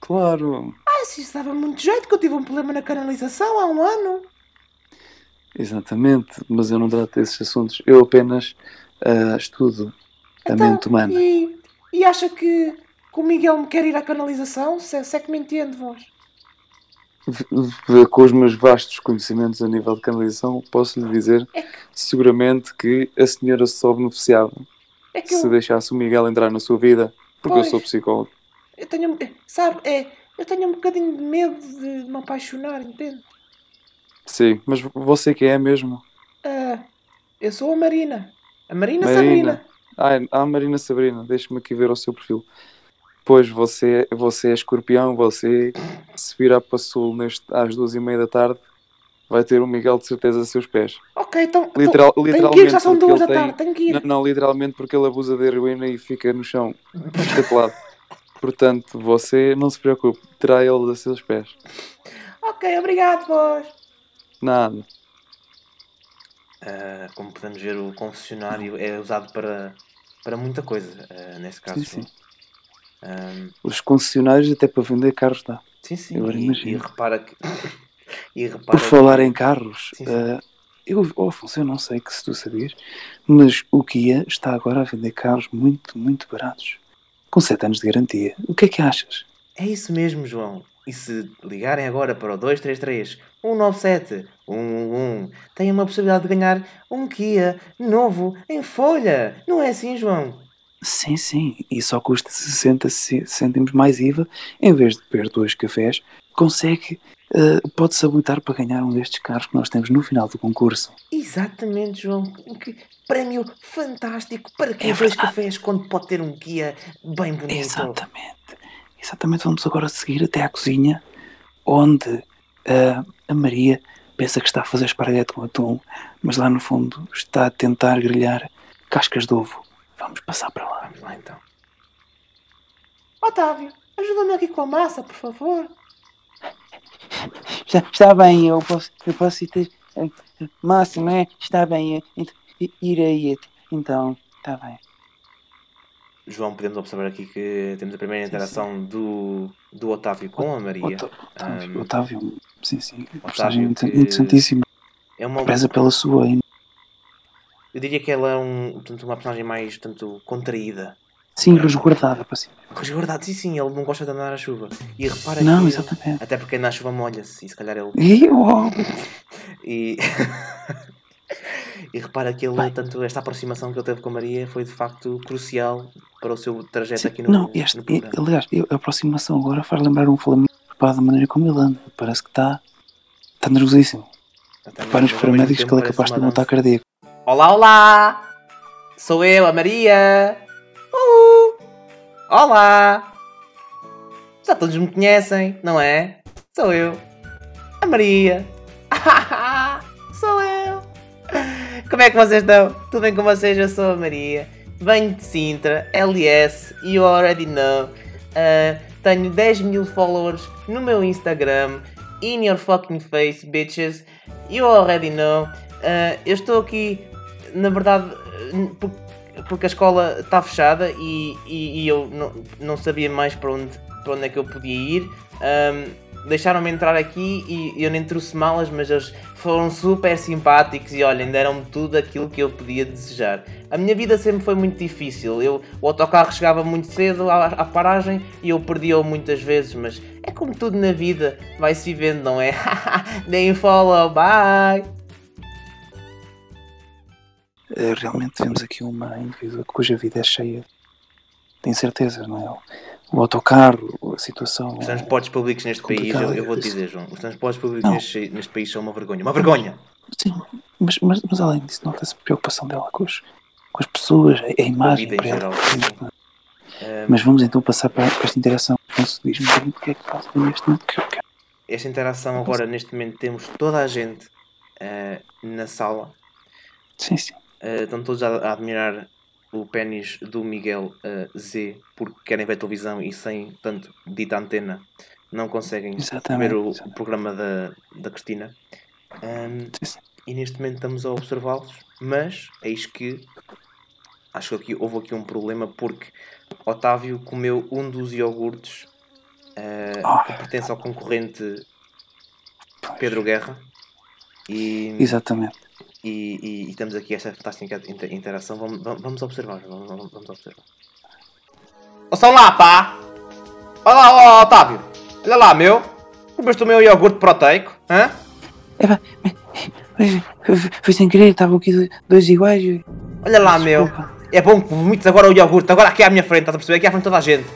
[SPEAKER 6] claro.
[SPEAKER 5] Ah, isso estava muito jeito que eu tive um problema na canalização há um ano.
[SPEAKER 1] Exatamente, mas eu não trato desses assuntos. Eu apenas ah, estudo a
[SPEAKER 5] Então,
[SPEAKER 1] mente humana.
[SPEAKER 5] E, e acha que, que o Miguel me quer ir à canalização? Se, se é que me entende, vós.
[SPEAKER 6] V- v- Com os meus vastos conhecimentos a nível de canalização, posso lhe dizer
[SPEAKER 5] É que-
[SPEAKER 6] seguramente que a senhora só beneficiava
[SPEAKER 5] É que
[SPEAKER 6] se
[SPEAKER 5] eu,
[SPEAKER 6] deixasse o Miguel entrar na sua vida, porque
[SPEAKER 5] Pois.
[SPEAKER 6] eu sou psicólogo.
[SPEAKER 5] eu tenho. Sabe, é, eu tenho um bocadinho de medo de me apaixonar, entende?
[SPEAKER 6] Sim, mas você que é mesmo?
[SPEAKER 5] Ah, eu sou a Marina. A Marina,
[SPEAKER 6] Marina.
[SPEAKER 5] Sabrina.
[SPEAKER 6] Ai, ah, Marina Sabrina, deixe-me aqui ver o seu perfil. Pois, você, você é escorpião, você se virar para sul neste, às duas e meia da tarde, vai ter o Miguel de certeza a seus pés.
[SPEAKER 5] Ok, então. então,
[SPEAKER 6] Literal,
[SPEAKER 5] tenho
[SPEAKER 6] literalmente.
[SPEAKER 5] que ir, já são
[SPEAKER 6] porque
[SPEAKER 5] duas da
[SPEAKER 6] ele tem-
[SPEAKER 5] tarde, tenho que ir.
[SPEAKER 6] Não, não, literalmente porque ele abusa da heroína e fica no chão,
[SPEAKER 5] [laughs]
[SPEAKER 6] estatelado. Portanto, você não se preocupe, terá ele a seus pés.
[SPEAKER 5] Ok, obrigado, vós.
[SPEAKER 6] Nada.
[SPEAKER 2] Ah, como podemos ver, o confessionário é usado para, para muita coisa, ah, nesse caso.
[SPEAKER 1] sim.
[SPEAKER 2] Ah,
[SPEAKER 1] Os concessionários até para vender carros dá.
[SPEAKER 2] sim, sim.
[SPEAKER 1] Agora
[SPEAKER 2] E,
[SPEAKER 1] imagino.
[SPEAKER 2] e repara que. [laughs] e repara
[SPEAKER 1] Por
[SPEAKER 2] que-
[SPEAKER 1] falar em carros,
[SPEAKER 2] Sim, sim.
[SPEAKER 1] eh, eu, oh, Afonso, eu não sei que se tu sabias, mas o Kia está agora a vender carros muito, muito baratos. Com 7 anos de garantia. O que é que achas?
[SPEAKER 2] É isso mesmo, João. E se ligarem agora para o 233 197 111, têm uma possibilidade de ganhar um Kia novo em folha. Não é assim, João?
[SPEAKER 1] Sim, sim. E só custa 60 cê- cêntimos mais IVA. Em vez de beber dois cafés, consegue, eh, pode-se habilitar para ganhar um destes carros que nós temos no final do concurso.
[SPEAKER 2] Exatamente, João. Um Que prémio fantástico para quem
[SPEAKER 1] É
[SPEAKER 2] fez
[SPEAKER 1] verdade.
[SPEAKER 2] cafés quando pode ter um Kia bem bonito.
[SPEAKER 1] Exatamente. Exatamente. Vamos agora seguir até à cozinha, onde ah, a Maria pensa que está a fazer esparguete com atum, mas lá no fundo está a tentar grelhar cascas de ovo. Vamos passar para lá.
[SPEAKER 2] Vamos lá então.
[SPEAKER 5] Otávio, ajuda-me aqui com a massa, por favor.
[SPEAKER 4] Está, está bem, eu posso, eu posso ir ter eh, massa, não é? Está bem, eh, ent- i- irei. eh, Então, está bem.
[SPEAKER 2] João, podemos observar aqui que temos a primeira interação do, do Otávio com a Maria.
[SPEAKER 1] Ota- Otávio,
[SPEAKER 2] Ahm.
[SPEAKER 1] Otávio, sim, sim. Personagem
[SPEAKER 2] um, que-
[SPEAKER 1] interessantíssima.
[SPEAKER 2] É uma,
[SPEAKER 1] Preza pela sua.
[SPEAKER 2] eu diria que ela é um, portanto, uma personagem mais portanto, contraída.
[SPEAKER 1] Sim, resguardada para cima.
[SPEAKER 2] Resguardado, sim, sim, ele não gosta de andar na chuva. E repara
[SPEAKER 1] Não, é
[SPEAKER 2] que.
[SPEAKER 1] exatamente.
[SPEAKER 2] Até porque na chuva molha-se, e se calhar ele.
[SPEAKER 1] E, oh,
[SPEAKER 2] E. [laughs] e repara que ele,
[SPEAKER 1] Bem.
[SPEAKER 2] tanto esta aproximação que ele teve com a Maria foi de facto crucial para o seu trajeto
[SPEAKER 1] sim,
[SPEAKER 2] aqui no.
[SPEAKER 1] não, este,
[SPEAKER 2] no programa.
[SPEAKER 1] aliás, eu- a aproximação agora faz lembrar um Flamengo preparado da maneira como ele anda. Parece que está está nervosíssimo.
[SPEAKER 2] Exatamente,
[SPEAKER 1] Para os
[SPEAKER 2] mas ao mesmo
[SPEAKER 1] paramédicos que
[SPEAKER 2] tempo
[SPEAKER 1] ele é
[SPEAKER 2] parece
[SPEAKER 1] capaz de ter
[SPEAKER 2] uma
[SPEAKER 1] um ataque
[SPEAKER 2] dança.
[SPEAKER 1] cardíaco.
[SPEAKER 2] Olá, olá! Sou eu, a Maria! Uhul! Olá! Já todos me conhecem, não é? Sou eu, a Maria! [laughs] Sou eu! Como é que vocês estão? Tudo bem com vocês? Eu sou a Maria. Venho de Sintra, LS, you already know. Ah, tenho 10 mil followers no meu Instagram. In your fucking face, bitches. You already know. Ah, eu estou aqui, na verdade, n- por- porque a escola está fechada e, e- e eu não, não sabia mais para onde, para onde é que eu podia ir. Ahm, Deixaram-me entrar aqui e eu nem trouxe malas, mas eles foram super simpáticos e olhem, deram-me tudo aquilo que eu podia desejar. A minha vida sempre foi muito difícil. Eu, o autocarro chegava muito cedo à, à paragem e eu perdia-o muitas vezes, mas é como tudo na vida, vai-se vivendo, não é? [laughs] Deem follow, bye!
[SPEAKER 1] Eh, Realmente vemos aqui uma indivídua cuja vida é cheia de incertezas, não é? O autocarro, a situação. é
[SPEAKER 2] Os transportes públicos neste país,
[SPEAKER 1] Complicado,
[SPEAKER 2] eu, eu vou te
[SPEAKER 1] isso.
[SPEAKER 2] dizer, João, os transportes públicos
[SPEAKER 1] Não.
[SPEAKER 2] neste, neste país são uma vergonha. Uma vergonha!
[SPEAKER 1] Sim, mas, mas, mas além disso, nota-se a preocupação dela com, os, com as pessoas, a, a imagem
[SPEAKER 2] vida em
[SPEAKER 1] para ela.
[SPEAKER 2] geral, Eh, Ahm,
[SPEAKER 1] é? Mas vamos então passar para, para esta interação. Afonso, diz-me bem o que é que passa neste momento. que eu quero.
[SPEAKER 2] esta interação agora, neste momento, temos toda a gente ah, na sala.
[SPEAKER 1] Sim, sim.
[SPEAKER 2] Ah, estão todos a, a admirar o pênis do Miguel ah, Z, porque querem ver televisão e sem, tanto dita antena, não conseguem
[SPEAKER 1] Exatamente.
[SPEAKER 2] ver o, o
[SPEAKER 1] exatamente.
[SPEAKER 2] programa da, da Cristina. Ahm,
[SPEAKER 1] Sim, sim.
[SPEAKER 2] e neste momento estamos a observá-los, mas eis que acho que aqui, houve aqui um problema porque Otávio comeu um dos iogurtes eh,
[SPEAKER 1] Ah,
[SPEAKER 2] que pertence ao concorrente
[SPEAKER 1] Pois.
[SPEAKER 2] Pedro Guerra e,
[SPEAKER 1] Exatamente.
[SPEAKER 2] e, e- e temos aqui esta fantástica inter- interação. Vamos, vamos- vamos observar, vamos, vamos- vamos observar. Ouçam lá, pá! Olha lá, olha lá, Otávio! Olha lá, meu! Comeste o meu iogurte proteico, hã?
[SPEAKER 1] Foi, foi sem querer, estavam aqui dois iguais. e-
[SPEAKER 2] Olha lá, meu!
[SPEAKER 1] Desculpa.
[SPEAKER 2] É bom que vomites agora o iogurte, agora aqui à minha frente, estás a perceber? Aqui à frente de toda a gente.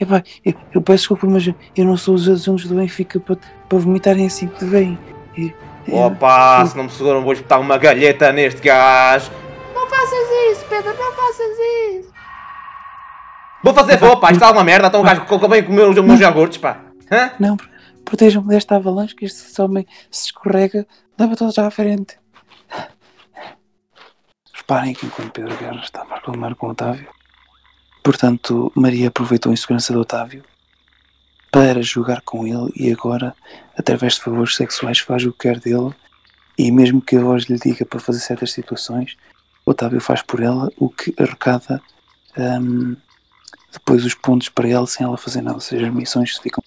[SPEAKER 1] Epá, eu, eu peço desculpa, mas eu não sou os adjuntos do Benfica para, para vomitarem assim que te veem. E- e-
[SPEAKER 2] Opa, se não me seguram vou espetar uma galheta neste gajo.
[SPEAKER 5] Não faças isso, Pedro, não faças isso.
[SPEAKER 2] Vou fazer fogo, pá, isto está uma merda, então o gajo que vem comer os meus iogurtes, pá. Hã?
[SPEAKER 1] Não, pro- protejam-me desta avalanche que este homem se escorrega, leva todos à frente. Reparem que enquanto Pedro Guerra está a reclamar com Otávio, portanto, Maria aproveitou a insegurança de Otávio para jogar com ele e agora, através de favores sexuais, faz o que quer dele e mesmo que a voz lhe diga para fazer certas situações, Otávio faz por ela o que arrecada hum, depois os pontos para ela sem ela fazer nada, ou seja, as missões ficam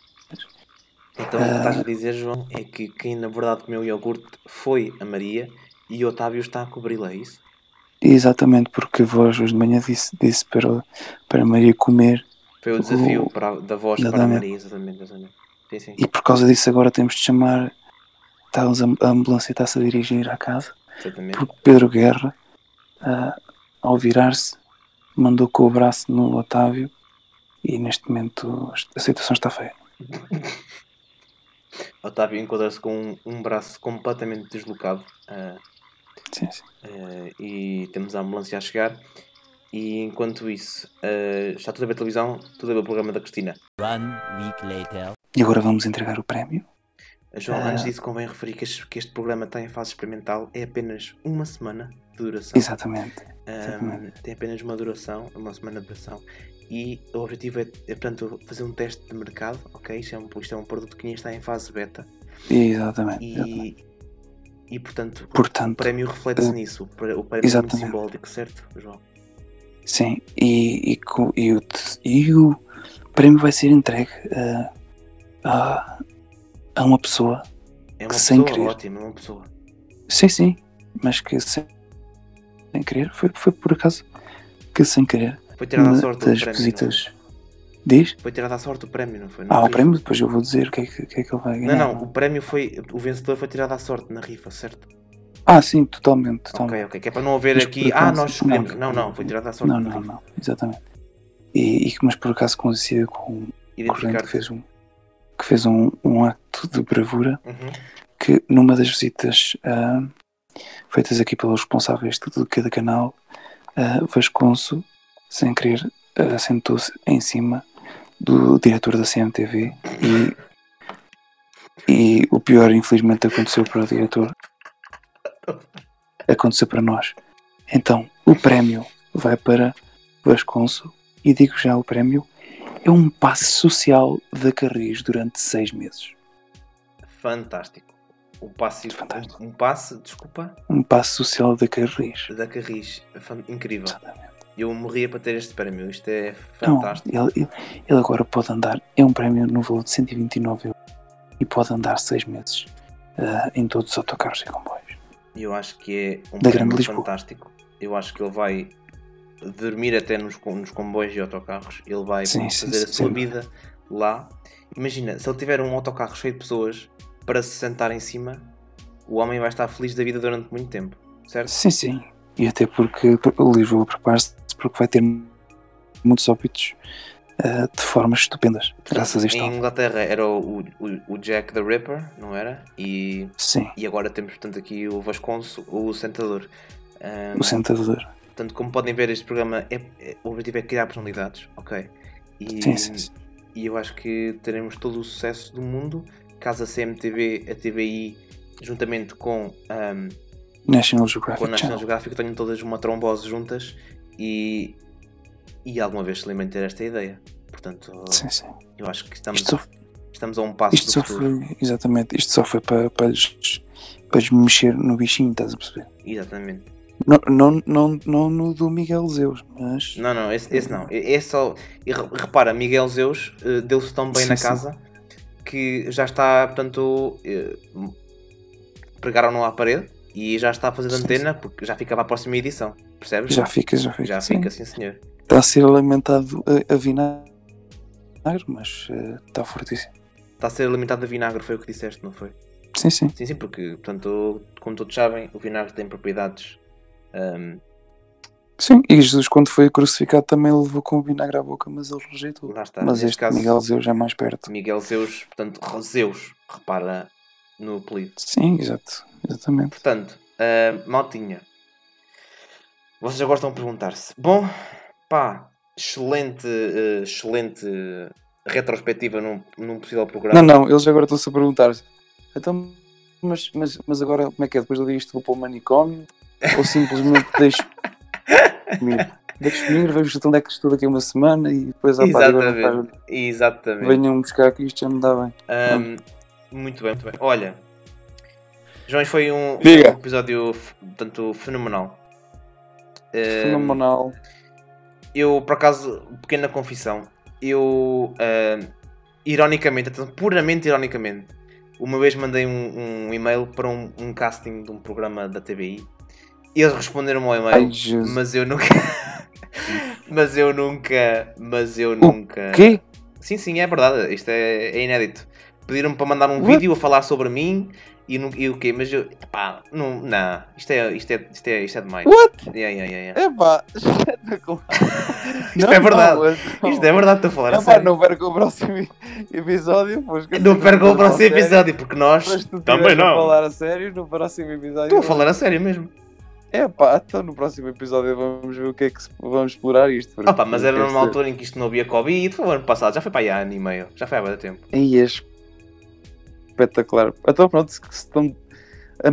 [SPEAKER 2] Então
[SPEAKER 1] Ah.
[SPEAKER 2] o que estás a dizer, João, é que quem na verdade comeu o iogurte foi a Maria e o Otávio está a cobri-la, é isso?
[SPEAKER 1] Exatamente, porque a voz hoje de manhã disse, disse para, para Maria comer
[SPEAKER 2] Foi o desafio
[SPEAKER 1] Oh.
[SPEAKER 2] para a- da voz para a
[SPEAKER 1] Exatamente.
[SPEAKER 2] Maria, exatamente, exatamente. Sim, sim.
[SPEAKER 1] e por causa disso agora temos de chamar estamos, a ambulância está-se a dirigir à casa
[SPEAKER 2] Exatamente.
[SPEAKER 1] porque Pedro Guerra ah, ao virar-se mandou com o braço no Otávio e neste momento a situação está feia.
[SPEAKER 2] Otávio encontra-se com um, um braço completamente deslocado. ah,
[SPEAKER 1] Sim, sim.
[SPEAKER 2] Eh, e temos a ambulância a chegar. E enquanto isso, eh, está tudo a ver televisão, tudo a ver o programa da Cristina.
[SPEAKER 7] One week later.
[SPEAKER 1] E agora vamos entregar o prémio.
[SPEAKER 2] João,
[SPEAKER 1] Ah.
[SPEAKER 2] antes disso, convém referir que este, que este programa está em fase experimental, é apenas uma semana de duração.
[SPEAKER 1] Exatamente.
[SPEAKER 2] Ahm,
[SPEAKER 1] exatamente.
[SPEAKER 2] tem apenas uma duração, uma semana de duração. E o objetivo é, é, portanto, fazer um teste de mercado, ok? Isto é um, isto é um produto que ainda está em fase beta.
[SPEAKER 1] Exatamente. exatamente.
[SPEAKER 2] E, e portanto, o
[SPEAKER 1] Portanto,
[SPEAKER 2] prémio reflete-se
[SPEAKER 1] eh,
[SPEAKER 2] nisso. O pré- o prémio é muito
[SPEAKER 1] exatamente.
[SPEAKER 2] simbólico, certo, João?
[SPEAKER 1] Sim, e, e, co- e, o, te- e o prémio vai ser entregue ah, a, a uma pessoa.
[SPEAKER 2] É uma
[SPEAKER 1] Sem
[SPEAKER 2] pessoa,
[SPEAKER 1] querer.
[SPEAKER 2] ótimo, é uma pessoa.
[SPEAKER 1] Sim, sim, mas que sem, sem querer, foi, foi por acaso que sem querer
[SPEAKER 2] Foi tirado à sorte o
[SPEAKER 1] das
[SPEAKER 2] prémio. não é?
[SPEAKER 1] visitas. Diz?
[SPEAKER 2] Foi tirado à sorte o prémio, não foi? Não
[SPEAKER 1] Ah, o
[SPEAKER 2] foi?
[SPEAKER 1] prémio, depois eu vou dizer o que é que, o que é que ele vai
[SPEAKER 2] Não,
[SPEAKER 1] ganhar.
[SPEAKER 2] não, o prémio foi. O vencedor foi tirado à sorte na rifa, certo?
[SPEAKER 1] Ah, sim, totalmente. totalmente.
[SPEAKER 2] Ok, ok. Que é para não haver
[SPEAKER 1] Mas
[SPEAKER 2] aqui.
[SPEAKER 1] por
[SPEAKER 2] Ah,
[SPEAKER 1] acaso-
[SPEAKER 2] nós escolhemos. Não,
[SPEAKER 1] não.
[SPEAKER 2] não, foi tirado à sorte
[SPEAKER 1] Não,
[SPEAKER 2] na
[SPEAKER 1] não,
[SPEAKER 2] rifa.
[SPEAKER 1] não, exatamente. E, e que, mas por acaso coincida com um corrente
[SPEAKER 2] Identificar.
[SPEAKER 1] que fez um, que fez um, um acto de bravura
[SPEAKER 2] Uhum.
[SPEAKER 1] que numa das visitas ah, feitas aqui pelos responsáveis de, de cada canal, ah, Vasconso, sem querer, ah, sentou-se em cima do diretor da CMTV e, e o pior, infelizmente, aconteceu para o diretor. Aconteceu para nós. Então, o prémio vai para Vasconso e digo já o prémio é um passe social da Carris durante seis meses.
[SPEAKER 2] Fantástico. Um passe,
[SPEAKER 1] Fantástico.
[SPEAKER 2] um passe, desculpa,
[SPEAKER 1] Um passe social da Carris.
[SPEAKER 2] da Carris. Fan- Incrível.
[SPEAKER 1] Exatamente.
[SPEAKER 2] Eu morria para ter este prémio. Isto é
[SPEAKER 1] Não,
[SPEAKER 2] fantástico.
[SPEAKER 1] ele, ele- ele agora pode andar. É um prémio no valor de 129 euros e pode andar 6 meses ah, em todos os autocarros e comboios.
[SPEAKER 2] Eu acho que é um
[SPEAKER 1] Da
[SPEAKER 2] prémio
[SPEAKER 1] Grande Lisboa.
[SPEAKER 2] fantástico. Eu acho que ele vai dormir até nos, com- nos comboios e autocarros. Ele vai
[SPEAKER 1] Sim, sim,
[SPEAKER 2] fazer a
[SPEAKER 1] sim,
[SPEAKER 2] sua
[SPEAKER 1] sim.
[SPEAKER 2] vida lá. Imagina, se ele tiver um autocarro cheio de pessoas para se sentar em cima, o homem vai estar feliz da vida durante muito tempo, certo?
[SPEAKER 1] Sim, sim. E até porque o Lisboa prepara-se porque vai ter muitos óbitos ah, de formas estupendas, graças a isto.
[SPEAKER 2] Em Inglaterra era o, o- o Jack the Ripper, não era? E,
[SPEAKER 1] Sim,
[SPEAKER 2] e agora temos, portanto, aqui o Vasconso, o Sentador. Ahm,
[SPEAKER 1] o sentador.
[SPEAKER 2] Portanto, como podem ver, este programa é, é- o objetivo é criar personalidades, ok? E,
[SPEAKER 1] Sim, sim, sim.
[SPEAKER 2] e eu acho que teremos todo o sucesso do mundo caso a CMTV, a TVI, juntamente com, ahm,
[SPEAKER 1] National
[SPEAKER 2] com a
[SPEAKER 1] Geographic
[SPEAKER 2] National
[SPEAKER 1] Channel.
[SPEAKER 2] Geographic, tenham todas uma trombose juntas e, e alguma vez se lembrem de ter esta ideia. Portanto,
[SPEAKER 1] Sim, sim.
[SPEAKER 2] eu acho que estamos,
[SPEAKER 1] Isto só
[SPEAKER 2] estamos a um passo
[SPEAKER 1] Isto
[SPEAKER 2] do
[SPEAKER 1] só
[SPEAKER 2] futuro.
[SPEAKER 1] foi, exatamente, isto só foi para, para, lhes, para lhes mexer no bichinho, estás a perceber?
[SPEAKER 2] Exatamente.
[SPEAKER 1] Não, não, não, não no do Miguel Zeus, mas.
[SPEAKER 2] Não, não, esse, esse não. É é só. e re- Repara, Miguel Zeus eh, deu-se tão bem
[SPEAKER 1] Sim,
[SPEAKER 2] na
[SPEAKER 1] sim.
[SPEAKER 2] casa que já está, portanto, eh, pregaram-no à parede e já está a fazer
[SPEAKER 1] Sim,
[SPEAKER 2] antena porque já fica para a próxima edição. Percebes?
[SPEAKER 1] Já fica, já fica.
[SPEAKER 2] Já
[SPEAKER 1] sim.
[SPEAKER 2] fica, sim, senhor.
[SPEAKER 1] Está a ser alimentado a, a vinagre, mas eh, está fortíssimo.
[SPEAKER 2] Está a ser alimentado a vinagre, foi o que disseste, não foi?
[SPEAKER 1] Sim, sim.
[SPEAKER 2] Sim, sim, porque, portanto, como todos sabem, o vinagre tem propriedades. ehm, ahm,
[SPEAKER 1] Sim, e Jesus, quando foi crucificado, também levou com o vinagre à boca, mas ele rejeitou.
[SPEAKER 2] lá está.
[SPEAKER 1] Mas
[SPEAKER 2] Neste
[SPEAKER 1] este
[SPEAKER 2] caso,
[SPEAKER 1] Miguel Zeus é mais perto.
[SPEAKER 2] Miguel Zeus, portanto, Ro- Zeus, repara no apelido.
[SPEAKER 1] Sim, exato. Exatamente.
[SPEAKER 2] Portanto, ah, maltinha, vocês agora estão a perguntar-se: bom, pá, excelente, eh, excelente retrospectiva num, num possível programa.
[SPEAKER 1] Não, não, eles agora estão-se a perguntar então, mas, mas, mas agora como é que é? Depois de ouvir isto vou para o manicômio ou simplesmente deixo comigo? Deixo comigo, vejo até onde é que estou daqui a uma semana e depois à parte agora não
[SPEAKER 2] Exatamente, exatamente.
[SPEAKER 1] faz- venham buscar que isto já me dá bem.
[SPEAKER 2] Ahm, muito bem, muito bem. Olha, João, foi um,
[SPEAKER 6] Diga.
[SPEAKER 2] um episódio f- portanto, fenomenal. Ahm,
[SPEAKER 1] Fenomenal.
[SPEAKER 2] Eu, por acaso, pequena confissão, eu, ah, ironicamente, até puramente ironicamente, uma vez mandei um, um e-mail para um, um casting de um programa da TBI. Eles responderam ao
[SPEAKER 1] Ai
[SPEAKER 2] e-mail,
[SPEAKER 1] Jesus.
[SPEAKER 2] mas eu nunca. [laughs] mas eu nunca. Mas eu nunca.
[SPEAKER 1] Quê?
[SPEAKER 2] Sim, sim, é verdade. Isto é, é inédito. Pediram-me para mandar um
[SPEAKER 1] What?
[SPEAKER 2] vídeo a falar sobre mim e, nu- e o quê? Mas eu. Pá, não. Não. Isto é, isto é, isto é, isto é demais.
[SPEAKER 1] What?
[SPEAKER 2] Yeah, yeah, yeah, yeah. [laughs]
[SPEAKER 1] Epá, [laughs] espetacular. Isto
[SPEAKER 2] é verdade. Isto é
[SPEAKER 1] verdade.
[SPEAKER 2] verdade, estou a falar. a
[SPEAKER 1] Epá,
[SPEAKER 2] sério.
[SPEAKER 1] não perca o próximo [laughs] episódio. pois, que
[SPEAKER 2] Não
[SPEAKER 1] eu
[SPEAKER 2] percam o
[SPEAKER 1] falo a
[SPEAKER 2] próximo
[SPEAKER 1] é sério.
[SPEAKER 2] episódio, porque nós
[SPEAKER 1] Mas tu
[SPEAKER 2] também
[SPEAKER 1] tiveres a
[SPEAKER 2] não.
[SPEAKER 1] falar a sério no próximo episódio.
[SPEAKER 2] Estou a falar a sério mesmo.
[SPEAKER 1] É pá, então no próximo episódio vamos ver o que é que se- vamos explorar isto. porque
[SPEAKER 2] Opa, Ah, mas era
[SPEAKER 1] quer
[SPEAKER 2] numa
[SPEAKER 1] dizer-
[SPEAKER 2] altura em que isto não havia Covid, foi o ano passado, já foi para aí há ano e meio, já foi há muito tempo.
[SPEAKER 1] Aí é espetacular. Então pronto, se se estão a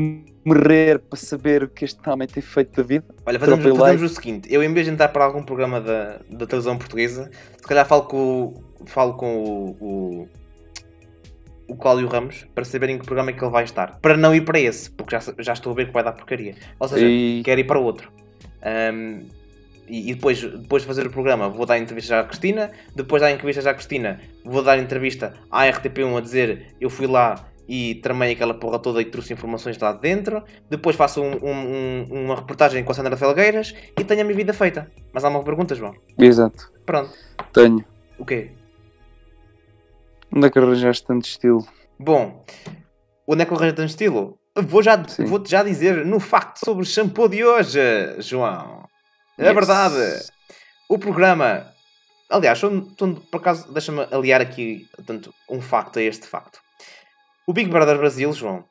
[SPEAKER 1] morrer para saber o que este homem tem feito da vida.
[SPEAKER 2] Olha, fazemos,
[SPEAKER 1] Tropa e
[SPEAKER 2] fazemos
[SPEAKER 1] like.
[SPEAKER 2] o seguinte: eu, em vez de entrar para algum programa da, da televisão portuguesa, se calhar falo com, o- falo com o, o, o Cláudio Ramos para saber em que programa é que ele vai estar. Para não ir para esse, porque já, já estou a ver que vai dar porcaria. Ou seja,
[SPEAKER 1] E
[SPEAKER 2] quero ir para outro. Ahm, e e depois, depois de fazer o programa, vou dar entrevista já à Cristina. Depois da entrevista já à Cristina, vou dar entrevista à RTP1 a um dizer eu fui lá e tramei aquela porra toda e trouxe informações lá de dentro. Depois faço um- um- um- uma reportagem com a Sandra Felgueiras e tenho a minha vida feita. Mas há uma pergunta, João?
[SPEAKER 8] Exato.
[SPEAKER 2] Pronto,
[SPEAKER 8] Tenho.
[SPEAKER 2] o quê?
[SPEAKER 8] Onde é que arranjaste tanto estilo?
[SPEAKER 2] Bom, onde é que eu arranjo tanto estilo? Vou já,
[SPEAKER 8] Sim.
[SPEAKER 2] vou-te já dizer no facto sobre o shampoo de hoje, João. É verdade. O programa. Aliás, só- só- por acaso, deixa-me aliar aqui tanto um facto a este facto. O Big Brother Brasil, João,
[SPEAKER 8] Uhum.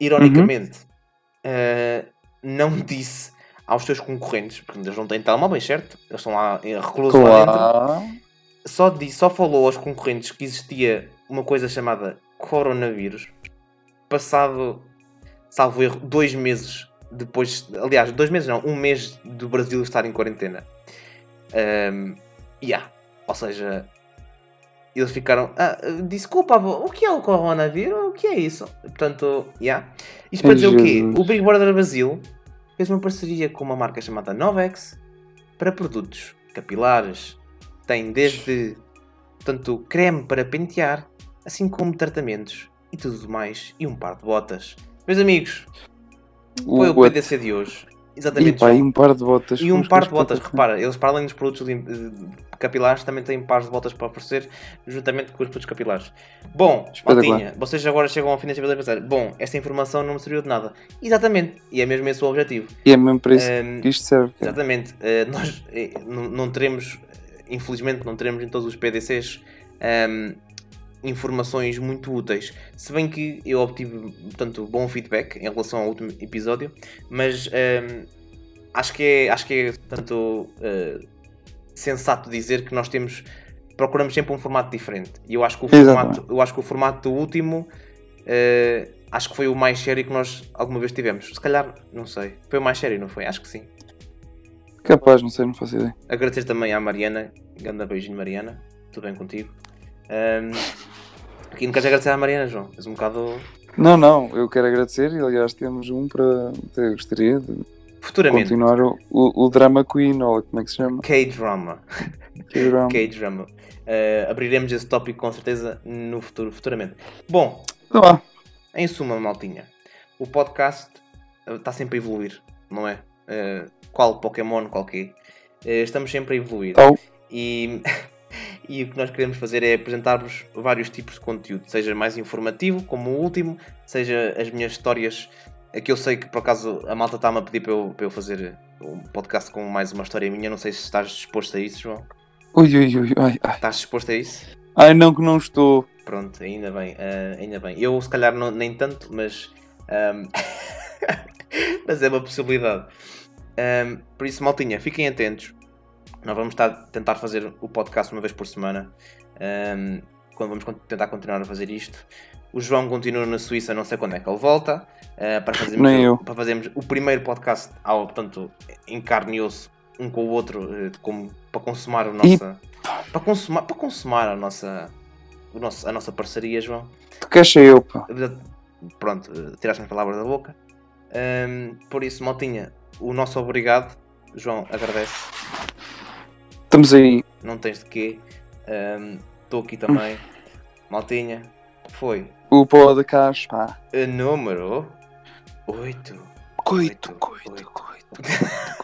[SPEAKER 2] ironicamente, eh, não disse aos seus concorrentes, porque eles não têm telemóvel, é certo? Eles estão lá eh, reclusos lá dentro
[SPEAKER 8] Claro.
[SPEAKER 2] só, disse, só falou aos concorrentes que existia uma coisa chamada coronavírus. Passado, salvo erro, dois meses depois. Aliás, dois meses não, um mês do Brasil estar em quarentena. Ahm, yeah. Ou seja, eles ficaram. "Ah, desculpa, avô, o que é o coronavírus? O que é isso? Portanto, yeah. Isto para
[SPEAKER 8] Ai,
[SPEAKER 2] dizer o quê?
[SPEAKER 8] Jesus.
[SPEAKER 2] O Big Brother Brasil fez uma parceria com uma marca chamada Novex para produtos capilares. Tem desde tanto creme para pentear, assim como tratamentos e tudo mais, e um par de botas. Meus amigos, foi o
[SPEAKER 8] What?
[SPEAKER 2] PDC de hoje.
[SPEAKER 8] E
[SPEAKER 2] Exatamente.
[SPEAKER 8] pá, e
[SPEAKER 2] João.
[SPEAKER 8] um par de botas.
[SPEAKER 2] E um
[SPEAKER 8] foscas
[SPEAKER 2] par de botas,
[SPEAKER 8] para-
[SPEAKER 2] repara, eles para além dos produtos lim- eh, capilares também têm pares de botas para oferecer, juntamente com os produtos capilares. Bom,
[SPEAKER 8] Espetacular.
[SPEAKER 2] Matinha, vocês agora chegam ao fim deste episódio a pensar, bom, esta informação não me serviu de nada. Exatamente, e é mesmo esse o objetivo.
[SPEAKER 8] E é mesmo para isso
[SPEAKER 2] Ahm,
[SPEAKER 8] que isto serve.
[SPEAKER 6] É.
[SPEAKER 8] cara.
[SPEAKER 2] Exatamente. Eh, nós eh, não, não teremos, eh, infelizmente, não teremos em todos os PDCs ehm, informações muito úteis. Se bem que eu obtive, portanto, bom feedback em relação ao último episódio, mas ehm, acho que é, acho que é portanto, eh, sensato dizer que nós temos procuramos sempre um formato diferente. E eu acho que o
[SPEAKER 8] Exatamente.
[SPEAKER 2] formato, eu acho que o formato do último eh, acho que foi o mais sério que nós alguma vez tivemos. Se calhar, não sei. Foi o mais sério, não foi? Acho que sim.
[SPEAKER 8] Capaz, não sei, não faço ideia.
[SPEAKER 2] Agradecer também à Mariana, grande beijinho Mariana, tudo bem contigo. Ahm, aqui não queres agradecer à Mariana, João? És um bocado.
[SPEAKER 8] Não, não, eu quero agradecer e aliás temos um para. Eu gostaria de
[SPEAKER 2] Futuramente.
[SPEAKER 8] continuar o, o, o Drama Queen, ou como é que se chama?
[SPEAKER 2] K-drama.
[SPEAKER 8] Que drama.
[SPEAKER 2] K-drama. Ah, abriremos esse tópico com certeza no futuro, futuramente. Bom,
[SPEAKER 8] Então vá,
[SPEAKER 2] em suma, maltinha, o podcast ah, está sempre a evoluir, não é? Ah, qual Pokémon, qual quê? Ah, estamos sempre a evoluir.
[SPEAKER 8] Então.
[SPEAKER 2] E, [laughs] e o que nós queremos fazer é apresentar-vos vários tipos de conteúdo, seja mais informativo, como o último, seja as minhas histórias, eh, que eu sei que por acaso a malta está-me a pedir para eu, para eu fazer um podcast com mais uma história minha, não sei se estás disposto a isso, João.
[SPEAKER 8] Ui, ui, ui, ai, ai.
[SPEAKER 2] Estás disposto a isso?
[SPEAKER 8] Ai, não, que não estou.
[SPEAKER 2] Pronto, ainda bem, ah, ainda bem. Eu se calhar não- nem tanto, mas, ahm, [laughs] mas é uma possibilidade. Ahm, por isso, maltinha, fiquem atentos. Nós vamos estar, tentar fazer o podcast uma vez por semana. Ahm, quando vamos con- tentar continuar a fazer isto. O João continua na Suíça, não sei quando é que ele volta. ah, para, fazermos
[SPEAKER 8] Nem
[SPEAKER 2] o,
[SPEAKER 8] eu.
[SPEAKER 2] para fazermos o primeiro podcast ao, portanto, em carne e osso, um com o outro, eh, como, para consumar a nossa. Para consumar, para consumar a nossa o nosso- a nossa parceria, João.
[SPEAKER 8] Tu queixa eu, pá.
[SPEAKER 2] Pronto, eh, tiraste-me as palavras da boca. Ahm, por isso, Maltinha, o nosso obrigado. João, agradece.
[SPEAKER 8] Estamos aí.
[SPEAKER 2] Não tens de quê. Ahm, Estou aqui também. Maltinha, foi
[SPEAKER 8] O pó da caixa, pá.
[SPEAKER 2] a número 8.
[SPEAKER 8] Coito,
[SPEAKER 2] Oito,
[SPEAKER 8] coito,
[SPEAKER 2] oito.
[SPEAKER 8] coito.